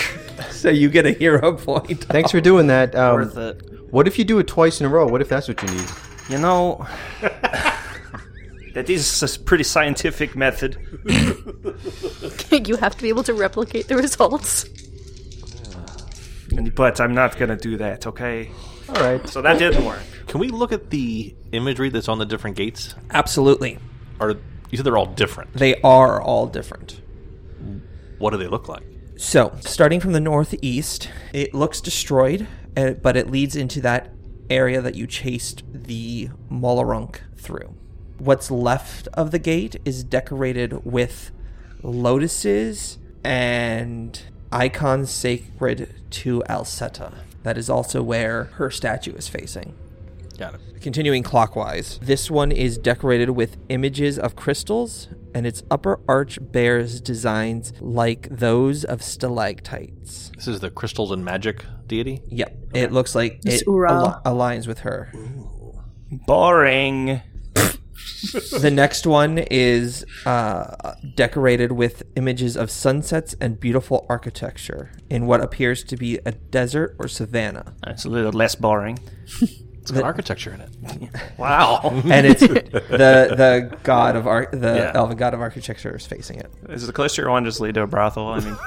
Speaker 2: So you get a hero point.
Speaker 6: Thanks for doing that.
Speaker 8: Worth
Speaker 6: Um,
Speaker 8: it.
Speaker 6: what if you do it twice in a row? What if that's what you need?
Speaker 8: You know, that is a s- pretty scientific method.
Speaker 4: you have to be able to replicate the results.
Speaker 8: But I'm not gonna do that, okay?
Speaker 6: All right.
Speaker 8: So that didn't work.
Speaker 1: Can we look at the imagery that's on the different gates?
Speaker 2: Absolutely.
Speaker 1: Are you said they're all different?
Speaker 2: They are all different.
Speaker 1: What do they look like?
Speaker 2: So, starting from the northeast, it looks destroyed, eh, but it leads into that area that you chased the Molarunk through. What's left of the gate is decorated with lotuses and icons sacred to Alseta. That is also where her statue is facing.
Speaker 1: Got it.
Speaker 2: Continuing clockwise, this one is decorated with images of crystals, and its upper arch bears designs like those of stalactites.
Speaker 1: This is the crystals and magic deity.
Speaker 2: Yep, it looks like
Speaker 3: It's
Speaker 2: it
Speaker 3: Ural.
Speaker 2: al- aligns with her.
Speaker 8: Boring.
Speaker 2: The next one is uh, decorated with images of sunsets and beautiful architecture in what appears to be a desert or savanna.
Speaker 8: It's a little less boring.
Speaker 1: It's got architecture in it.
Speaker 8: Wow.
Speaker 2: And it's the the god of ar- the
Speaker 8: Yeah.
Speaker 2: elven god of architecture is facing it.
Speaker 8: Is the Callistria one just lead to a brothel? I mean,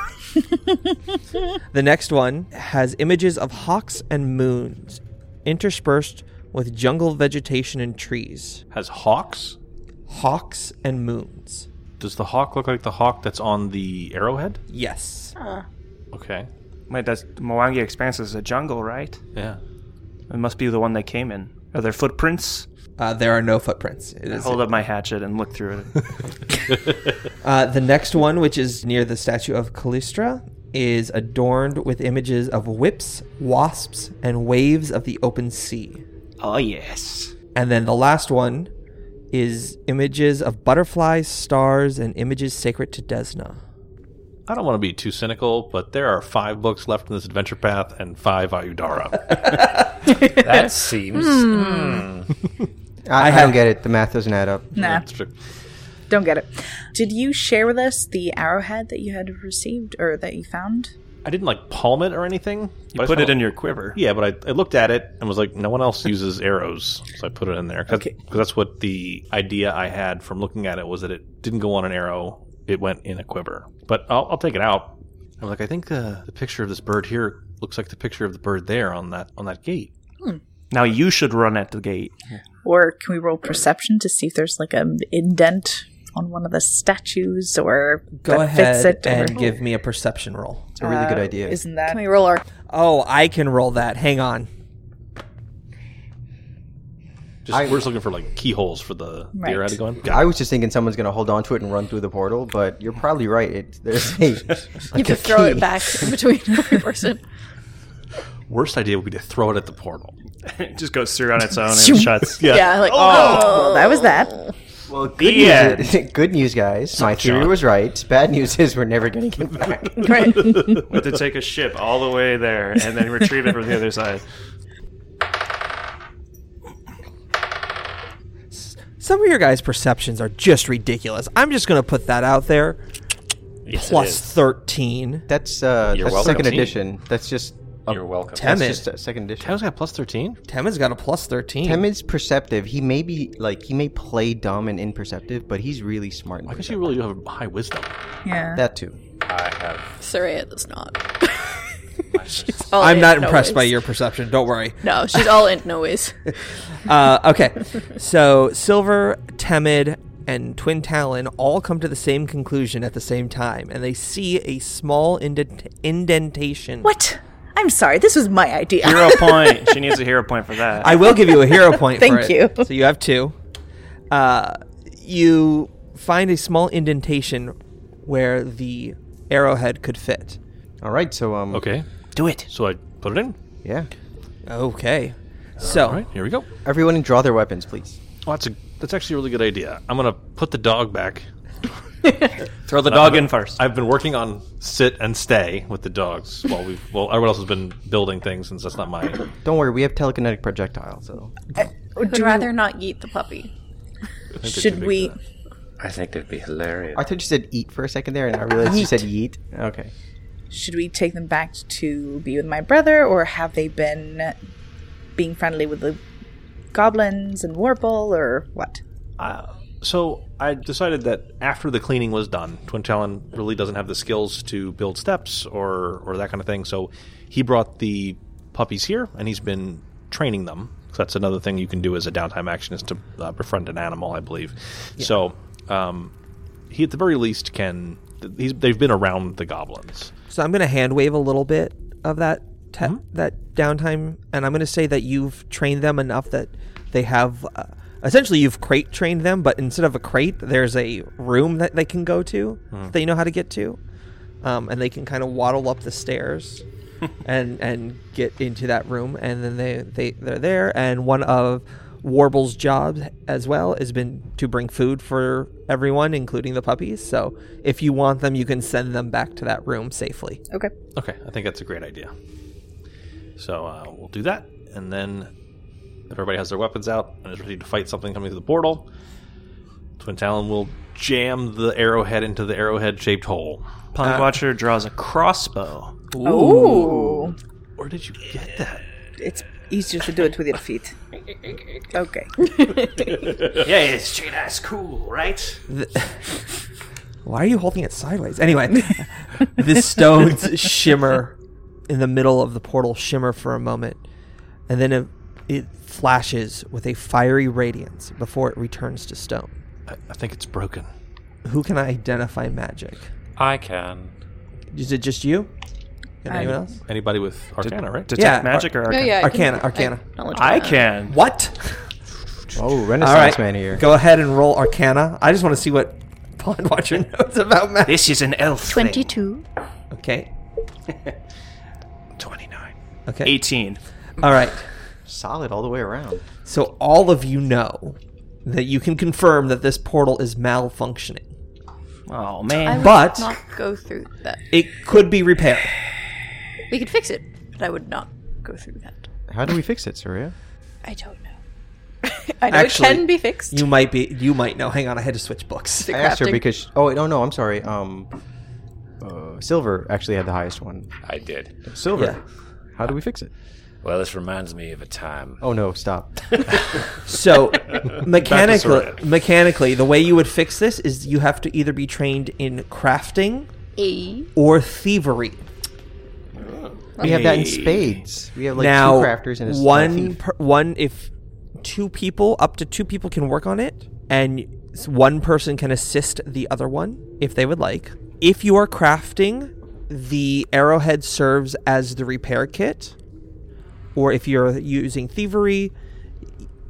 Speaker 2: The next one has images of hawks and moons interspersed with jungle vegetation and trees.
Speaker 1: Has hawks.
Speaker 2: Hawks and moons.
Speaker 1: Does the hawk look like the hawk that's on the arrowhead?
Speaker 2: Yes.
Speaker 1: Okay.
Speaker 8: wait, that's Mwangi Expanse is a jungle, right?
Speaker 1: Yeah.
Speaker 8: It must be the one they came in. Are there footprints?
Speaker 2: Uh, there are no footprints. It is,
Speaker 8: Hold up my hatchet and look through it.
Speaker 2: uh, the next one, which is near the statue of Callistra, is adorned with images of whips, wasps, and waves of the open sea.
Speaker 8: oh yes.
Speaker 2: And then the last one is images of butterflies, stars, and images sacred to Desna.
Speaker 1: I don't want to be too cynical, but there are five books left in this adventure path and five Ayudara.
Speaker 7: That seems
Speaker 6: I, I, don't get it. The math doesn't add up.
Speaker 3: nah,
Speaker 1: That's true.
Speaker 3: don't get it. Did you share with us the arrowhead that you had received or that you found?
Speaker 1: I didn't like palm it or anything. but I
Speaker 8: Put
Speaker 1: just
Speaker 8: it in
Speaker 1: kinda-
Speaker 8: your quiver.
Speaker 1: Yeah, but I, I looked at it and was like, no one else uses arrows, so I put it in there because that's what the idea I had from looking at it was that it didn't go on an arrow; it went in a quiver. But I'll, I'll take it out. I'm like, I think uh, the, the picture of this bird here looks like the picture of the bird there on that on that gate.
Speaker 8: Now you should run at the gate.
Speaker 3: Or can we roll perception to see if there's like an indent on one of the statues or
Speaker 2: Go
Speaker 3: that
Speaker 2: ahead
Speaker 3: fits it?
Speaker 2: and
Speaker 3: or,
Speaker 2: give me a perception roll.
Speaker 6: It's a really good idea.
Speaker 3: Isn't Uh, that
Speaker 4: Can we roll our
Speaker 2: Oh, I can roll that. Hang on.
Speaker 1: Just
Speaker 6: I-
Speaker 1: we're just looking for like keyholes for the
Speaker 3: Right.
Speaker 1: beer out of going.
Speaker 6: I was just thinking someone's going to hold on to it and run through the portal, but you're probably right. It, there's a,
Speaker 4: you
Speaker 6: like
Speaker 4: can
Speaker 6: a
Speaker 4: throw
Speaker 6: key.
Speaker 4: it back in between every person.
Speaker 1: Worst idea would be to throw it at the portal.
Speaker 8: It just goes through on its own and shuts.
Speaker 4: Yeah, like oh,
Speaker 3: Well, that was that.
Speaker 6: Well, good,
Speaker 8: The
Speaker 6: news,
Speaker 8: end.
Speaker 6: good news, guys. My theory
Speaker 1: John.
Speaker 6: was right. Bad news is we're never going to get back.
Speaker 3: Right.
Speaker 8: We have to take a ship all the way there and then retrieve it from the other side.
Speaker 2: Some of your guys' perceptions are just ridiculous. I'm just going to put that out there.
Speaker 1: Yes, it
Speaker 2: Plus
Speaker 1: is.
Speaker 2: 13.
Speaker 6: That's uh,
Speaker 1: You're
Speaker 6: that's
Speaker 1: welcome.
Speaker 6: second edition. That's just
Speaker 7: You're welcome.
Speaker 6: that's
Speaker 2: Temid.
Speaker 6: just a second edition.
Speaker 1: Tails got plus thirteen.
Speaker 2: Temin's got a plus 13.
Speaker 6: Temid's perceptive. He may be like he may play dumb and imperceptive, but he's really smart. and
Speaker 1: I guess
Speaker 6: perceptive.
Speaker 1: you really do have a high wisdom.
Speaker 3: Yeah.
Speaker 6: that too.
Speaker 7: I have.
Speaker 4: Soraya does not. She's all
Speaker 2: I'm
Speaker 4: in,
Speaker 2: not
Speaker 4: no
Speaker 2: impressed by
Speaker 4: ways.
Speaker 2: your perception. Don't worry.
Speaker 4: No, she's all in no ways.
Speaker 2: Uh, okay. so Silver, Temid, and Twin Talon all come to the same conclusion at the same time, and they see a small indent- indentation.
Speaker 3: What? I'm sorry. This was my idea.
Speaker 8: Hero point. She needs a hero point for that.
Speaker 2: I will give you a hero point. for
Speaker 3: Thank
Speaker 2: it.
Speaker 3: you.
Speaker 2: So you have two. Uh, you find a small indentation where the arrowhead could fit.
Speaker 6: All right, so um,
Speaker 1: Okay,
Speaker 6: do it.
Speaker 1: so I put it in.
Speaker 6: Yeah,
Speaker 2: Okay. So
Speaker 1: All right, here we go.
Speaker 6: everyone, draw their weapons, please.
Speaker 1: Oh, that's a that's actually a really good idea. I'm gonna put the dog back. Throw the dog in
Speaker 8: first.
Speaker 1: I've been working on sit and stay with the dogs while we well everyone else has been building things since that's not my
Speaker 6: Don't worry, we have telekinetic projectile, so
Speaker 4: Would you rather not eat the puppy?
Speaker 3: Should we?
Speaker 7: I think that'd be hilarious.
Speaker 6: I thought you said eat for a second there, and I realized you said yeet. Okay.
Speaker 3: Should we take them back to be with my brother, or have they been being friendly with the goblins and Warble, or what?
Speaker 1: So I decided that after the cleaning was done, Twin Talon really doesn't have the skills to build steps or or that kind of thing. So he brought the puppies here, and he's been training them. So that's another thing you can do as a downtime action is to uh, befriend an animal, I believe. So um, he at the very least can. th- He's, they've been around the goblins.
Speaker 2: So I'm going to hand wave a little bit of that te-
Speaker 1: Mm-hmm.
Speaker 2: that downtime, and I'm going to say that you've trained them enough that they have. Uh, essentially, you've crate trained them, but instead of a crate, there's a room that they can go to.
Speaker 1: Hmm.
Speaker 2: that They know how to get to, um, and they can kind of waddle up the stairs. and and get into that room and then they, they they're there and one of warble's jobs as well has been to bring food for everyone including the puppies so if you want them you can send them back to that room safely
Speaker 3: Okay.
Speaker 1: Okay, I think that's a great idea. So uh, we'll do that, and then if everybody has their weapons out and is ready to fight something coming through the portal, Twin Talon will jam the arrowhead into the arrowhead-shaped hole.
Speaker 8: Pond Watcher draws a crossbow.
Speaker 3: Ooh.
Speaker 1: Where did you get that?
Speaker 3: Oh, It's easier to do it with your feet. Okay.
Speaker 8: Yeah, it's straight ass cool, right?
Speaker 2: why are you holding it sideways anyway the stones shimmer in the middle of the portal shimmer for a moment and then it, it flashes with a fiery radiance before it returns to stone
Speaker 1: I, I think it's broken.
Speaker 2: who can identify magic
Speaker 7: I can.
Speaker 2: Is it just you? And
Speaker 3: I-
Speaker 2: anyone else?
Speaker 1: Anybody with Arcana, right?
Speaker 8: Detect
Speaker 2: Yeah.
Speaker 8: magic or arcana?
Speaker 2: Arcana, Arcana.
Speaker 8: I can.
Speaker 2: What?
Speaker 6: Oh,
Speaker 2: All right,
Speaker 6: Renaissance man here.
Speaker 2: Go ahead and roll Arcana. I just want to see what Pond Watcher knows about magic.
Speaker 8: This is an elf. thing.
Speaker 4: Twenty-two.
Speaker 2: Okay.
Speaker 8: 29.
Speaker 2: Okay.
Speaker 8: 18.
Speaker 2: All right.
Speaker 6: Solid all the way around.
Speaker 2: So all of you know that you can confirm that this portal is malfunctioning.
Speaker 8: Oh,
Speaker 4: I
Speaker 8: man.
Speaker 4: would
Speaker 2: But-
Speaker 4: not go through that.
Speaker 2: It could be repaired.
Speaker 4: We could fix it, but I would not go through that.
Speaker 6: How do we fix it, Surya?
Speaker 4: I don't know. I know
Speaker 2: Actually,
Speaker 4: it can be fixed.
Speaker 2: You might be. You might know. Hang on. I had to switch books.
Speaker 6: I asked her
Speaker 4: crafting.
Speaker 6: because. She, oh, no, no, I'm sorry. Um, uh, Silver actually had the highest one.
Speaker 7: I did.
Speaker 6: Silver.
Speaker 2: Yeah.
Speaker 6: How do we fix it?
Speaker 7: Well, this reminds me of a time.
Speaker 6: Oh no, stop.
Speaker 2: So mechanically,
Speaker 1: Soraya.
Speaker 2: mechanically, the way you would fix this is you have to either be trained in crafting
Speaker 4: E.
Speaker 2: or thievery.
Speaker 6: we have that in spades. We have like
Speaker 2: now
Speaker 6: two crafters and a
Speaker 2: one
Speaker 6: one.
Speaker 2: per, one if two people up to two people can work on it and s- one person can assist the other one if they would like if you are crafting the arrowhead serves as the repair kit or if you're using thievery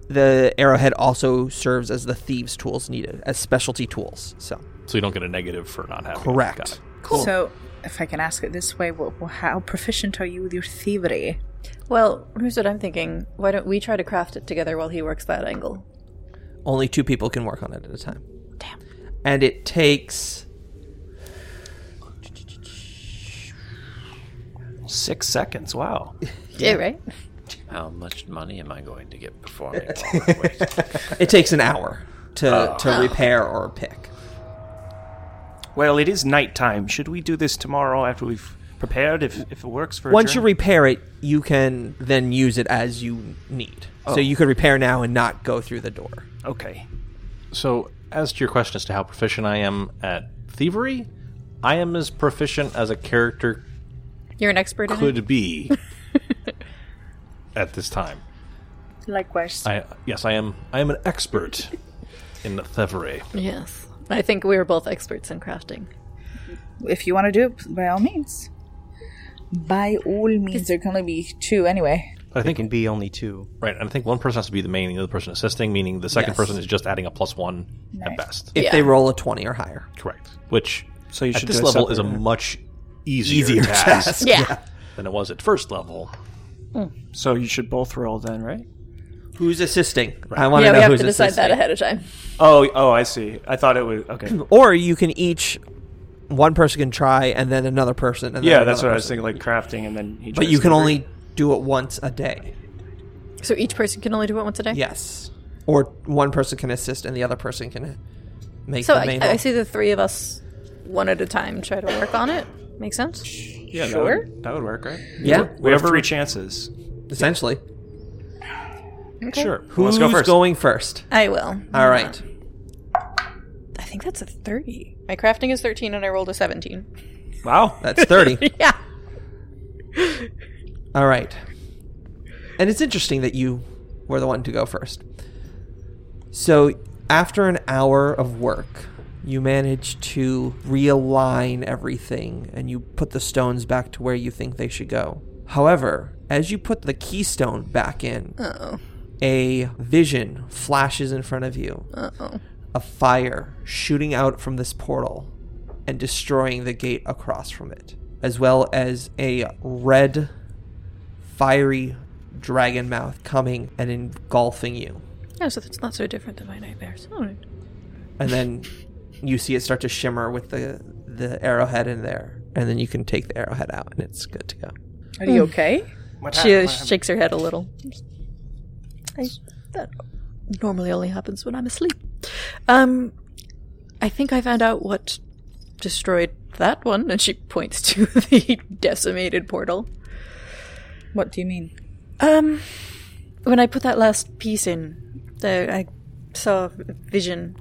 Speaker 2: the arrowhead also serves as the thieves' tools needed as specialty tools. So
Speaker 1: So you don't get a negative for not having. it. Got
Speaker 2: correct.
Speaker 1: it.
Speaker 2: Cool.
Speaker 3: So, if I can ask it this way, wh- wh- how proficient are you with your thievery?
Speaker 4: Well, here's what I'm thinking. Why don't we try to craft it together while he works that angle?
Speaker 2: Only two people can work on it at a time. Damn. And it takes
Speaker 8: Six seconds. Wow.
Speaker 4: Yeah, right?
Speaker 7: How much money am I going to get before I make all my way?
Speaker 2: it takes an hour
Speaker 8: Oh.
Speaker 2: to
Speaker 4: Oh.
Speaker 2: to repair or pick.
Speaker 8: Well, it is nighttime. Should we do this tomorrow after we've prepared? If if it works for a
Speaker 2: Once you
Speaker 8: journey?
Speaker 2: repair it, you can then use it as you need.
Speaker 8: Oh.
Speaker 2: So you could repair now and not go through the door.
Speaker 8: okay.
Speaker 1: So, as to your question as to how proficient I am at thievery, I am as proficient as a character
Speaker 4: You're an expert in it?
Speaker 1: could be at this time.
Speaker 3: Likewise.
Speaker 1: I yes, I am. I am an expert in thievery.
Speaker 4: Yes. I think we are both experts in crafting.
Speaker 3: If you want to do it, by all means. By all means, there can only be two anyway.
Speaker 1: But I
Speaker 6: It can
Speaker 1: think
Speaker 6: be only two.
Speaker 1: right, and I think one person has to be the main, and the other person assisting, meaning the second
Speaker 2: Yes.
Speaker 1: person is just adding a plus one at
Speaker 3: Right.
Speaker 1: best.
Speaker 2: If they roll a twenty or higher.
Speaker 1: Correct. Which
Speaker 8: So you
Speaker 1: at
Speaker 8: should
Speaker 1: this
Speaker 8: do
Speaker 1: level is a
Speaker 8: separate-
Speaker 1: much easier, task,
Speaker 4: Yeah.
Speaker 1: than it was at first level.
Speaker 8: So you should both roll then, right?
Speaker 2: Who's assisting? I want to
Speaker 4: yeah,
Speaker 2: know
Speaker 4: we have
Speaker 2: who's
Speaker 4: to decide
Speaker 2: assisting.
Speaker 4: that ahead of time.
Speaker 8: Oh, oh, I see. I thought it was okay.
Speaker 2: Or you can each one person can try and then another person and then
Speaker 8: Yeah, that's
Speaker 2: another
Speaker 8: what I was
Speaker 2: person.
Speaker 8: thinking, like crafting, and then he.
Speaker 2: But
Speaker 8: tries
Speaker 2: you
Speaker 8: to
Speaker 2: can
Speaker 8: agree.
Speaker 2: only do it once a day.
Speaker 4: So each person can only do it once a day?
Speaker 2: Yes. Or one person can assist and the other person can uh, make
Speaker 4: So
Speaker 2: the
Speaker 4: I,
Speaker 2: main
Speaker 4: I
Speaker 2: roll.
Speaker 4: see the three of us one at a time try to work on it. Make sense?
Speaker 8: Yeah, sure. That would, that would work, right?
Speaker 2: Yeah,
Speaker 8: We have three chances.
Speaker 2: essentially.
Speaker 1: Sure.
Speaker 2: Who's
Speaker 8: Who wants to go first?
Speaker 2: going first?
Speaker 4: I will.
Speaker 2: All right.
Speaker 4: I think that's a 30. My crafting is 13 and I rolled a 17.
Speaker 8: Wow.
Speaker 2: That's 30.
Speaker 4: Yeah.
Speaker 2: All right. And it's interesting that you were the one to go first. So, after an hour of work, you manage to realign everything and you put the stones back to where you think they should go. However, as you put the keystone back in,
Speaker 4: Uh-oh.
Speaker 2: a vision flashes in front of you
Speaker 4: Uh-oh.
Speaker 2: of fire shooting out from this portal and destroying the gate across from it, as well as a red, fiery dragon mouth coming and engulfing you.
Speaker 4: Yeah, so it's not so different than my nightmares. All right.
Speaker 2: And then you see it start to shimmer with the, the arrowhead in there. And then you can take the arrowhead out and it's good to go.
Speaker 3: Are you okay?
Speaker 4: She shakes her head a little. I, that normally only happens when I'm asleep. Um, I think I found out what destroyed that one, and she points to the decimated portal.
Speaker 3: What do you mean?
Speaker 4: Um, when I put that last piece in, there I saw a vision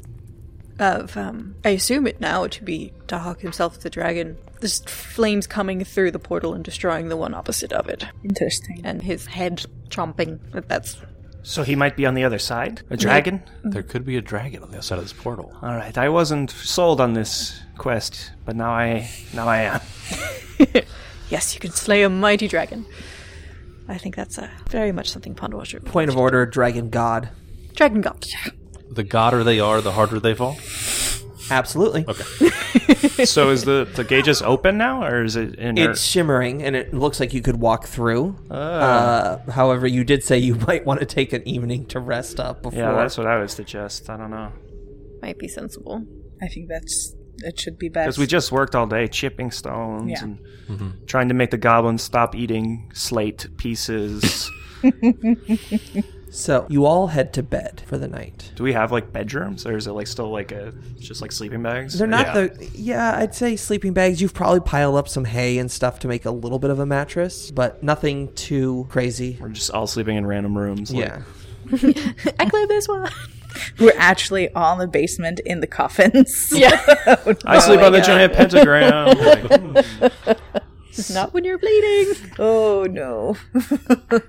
Speaker 4: of, um, I assume it now to be Dahak himself, the dragon. There's flames coming through the portal and destroying the one opposite of it,
Speaker 3: Interesting.
Speaker 4: and his head chomping. That's
Speaker 8: So he might be on the other side. A dragon.
Speaker 1: There could be a dragon on the other side of this portal.
Speaker 8: All right. I wasn't sold on this quest, but now I now I am.
Speaker 4: Yes, you can slay a mighty dragon. I think that's uh, very much something Pondwasher.
Speaker 2: Point of order, dragon god.
Speaker 4: Dragon God.
Speaker 1: The godder they are, the harder they fall.
Speaker 2: Absolutely.
Speaker 8: so is the the gauge is open now, or is it in?
Speaker 2: It's shimmering and it looks like you could walk through.
Speaker 8: Ah.
Speaker 2: Uh, however, you did say you might want to take an evening to rest up before.
Speaker 8: yeah, that's what I would suggest. I don't know
Speaker 4: Might be sensible.
Speaker 3: I think that's it should be best.
Speaker 8: because we just worked all day chipping stones
Speaker 3: Yeah.
Speaker 8: and trying to make the goblins stop eating slate pieces.
Speaker 2: So you all head to bed for the night.
Speaker 8: Do we have like bedrooms, or is it like still like a just like sleeping bags?
Speaker 2: They're not
Speaker 1: Yeah.
Speaker 2: the yeah. I'd say sleeping bags. You've probably piled up some hay and stuff to make a little bit of a mattress, but nothing too crazy.
Speaker 8: We're just all sleeping in random rooms. like-
Speaker 2: Yeah,
Speaker 4: I claim this one.
Speaker 3: We're actually all in the basement in the coffins.
Speaker 4: Yeah.
Speaker 8: I sleep on the giant pentagram. like,
Speaker 4: Not when you're bleeding.
Speaker 3: oh no.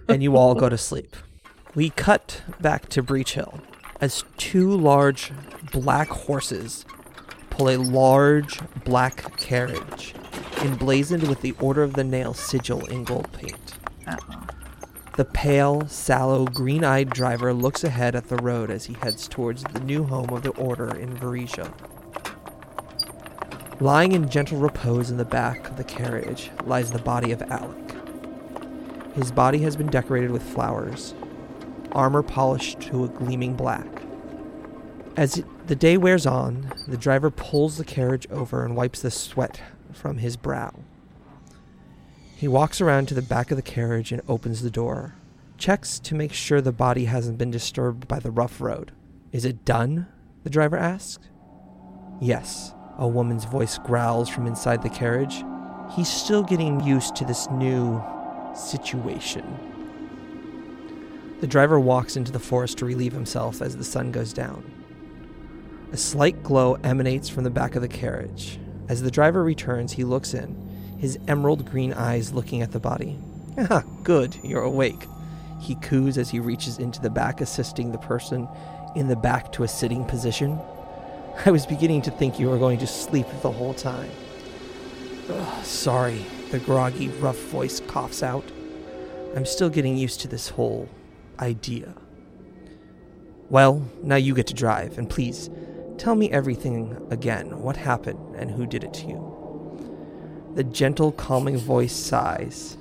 Speaker 2: and you all go to sleep. We cut back to Breach Hill as two large black horses pull a large black carriage emblazoned with the Order of the Nail sigil in gold paint. The pale, sallow, green eyed driver looks ahead at the road as he heads towards the new home of the Order in Varisha. Lying in gentle repose in the back of the carriage lies the body of Alec. His body has been decorated with flowers, armor polished to a gleaming black. As it, the day wears on, the driver pulls the carriage over and wipes the sweat from his brow. He walks around to the back of the carriage and opens the door. Checks to make sure the body hasn't been disturbed by the rough road. Is it done? The driver asks. Yes, a woman's voice growls from inside the carriage. He's still getting used to this new situation. The driver walks into the forest to relieve himself as the sun goes down. A slight glow emanates from the back of the carriage. As the driver returns, he looks in, his emerald green eyes looking at the body. Ah, good, you're awake. He coos as he reaches into the back, assisting the person in the back to a sitting position. I was beginning to think you were going to sleep the whole time. Ugh, sorry, the groggy, rough voice coughs out. I'm still getting used to this whole idea. Well, now you get to drive, and please, tell me everything again. What happened, and who did it to you? The gentle, calming voice sighs.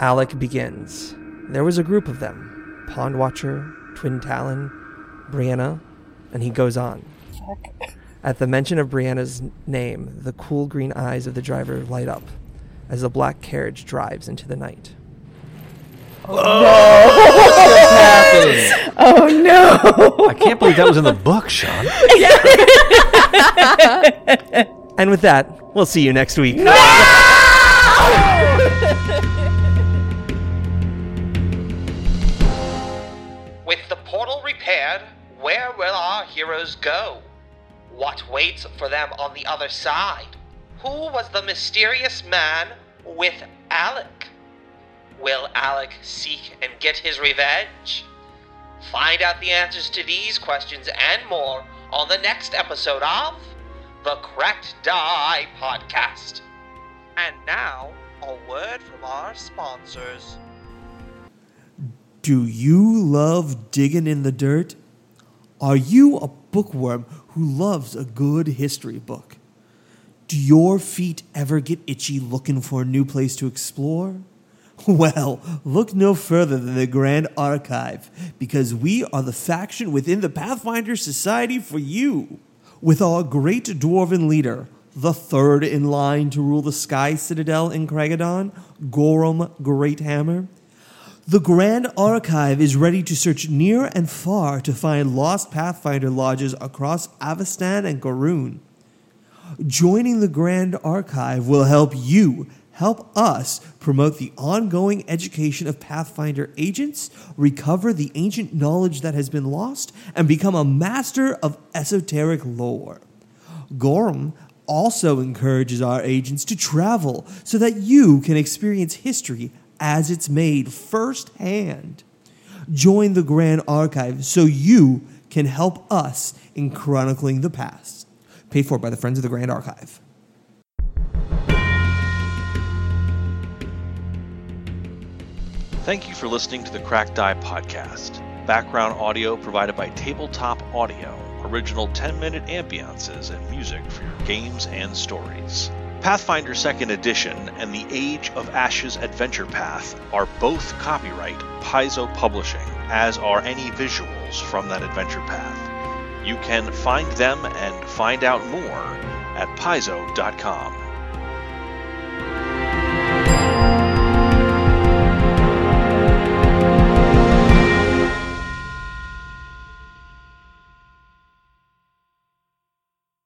Speaker 2: Alec begins. There was a group of them Pond Watcher, Twin Talon, Brianna, and he goes on. At the mention of Brianna's n- name, the cool green eyes of the driver light up as the black carriage drives into the night.
Speaker 3: Oh no!
Speaker 1: I can't believe that was in the book, Sean.
Speaker 2: And with that, we'll see you next week.
Speaker 5: With the portal repaired, where will our heroes go? What waits for them on the other side? Who was the mysterious man with Alec? Will Alec seek and get his revenge? Find out the answers to these questions and more on the next episode of the Cracked Die Podcast. And now, a word from our sponsors.
Speaker 9: Do you love digging in the dirt? Are you a bookworm who loves a good history book? Do your feet ever get itchy looking for a new place to explore? Well, look no further than the Grand Archive, because we are the faction within the Pathfinder Society for you. With our great dwarven leader, the third in line to rule the Sky Citadel in Kragadon, Gorum Greathammer, the Grand Archive is ready to search near and far to find lost Pathfinder lodges across Avestan and Garoon. Joining the Grand Archive will help you help us promote the ongoing education of Pathfinder agents, recover the ancient knowledge that has been lost, and become a master of esoteric lore. Gorham also encourages our agents to travel so that you can experience history as it's made firsthand. Join the Grand Archive so you can help us in chronicling the past. Paid for by the Friends of the Grand Archive.
Speaker 1: Thank you for listening to the Cracked Die Podcast. Background audio provided by Tabletop Audio, original 10 minute ambiances and music for your games and stories. Pathfinder 2nd Edition and the Age of Ashes Adventure Path are both copyright Paizo Publishing, as are any visuals from that adventure path. You can find them and find out more at paizo.com.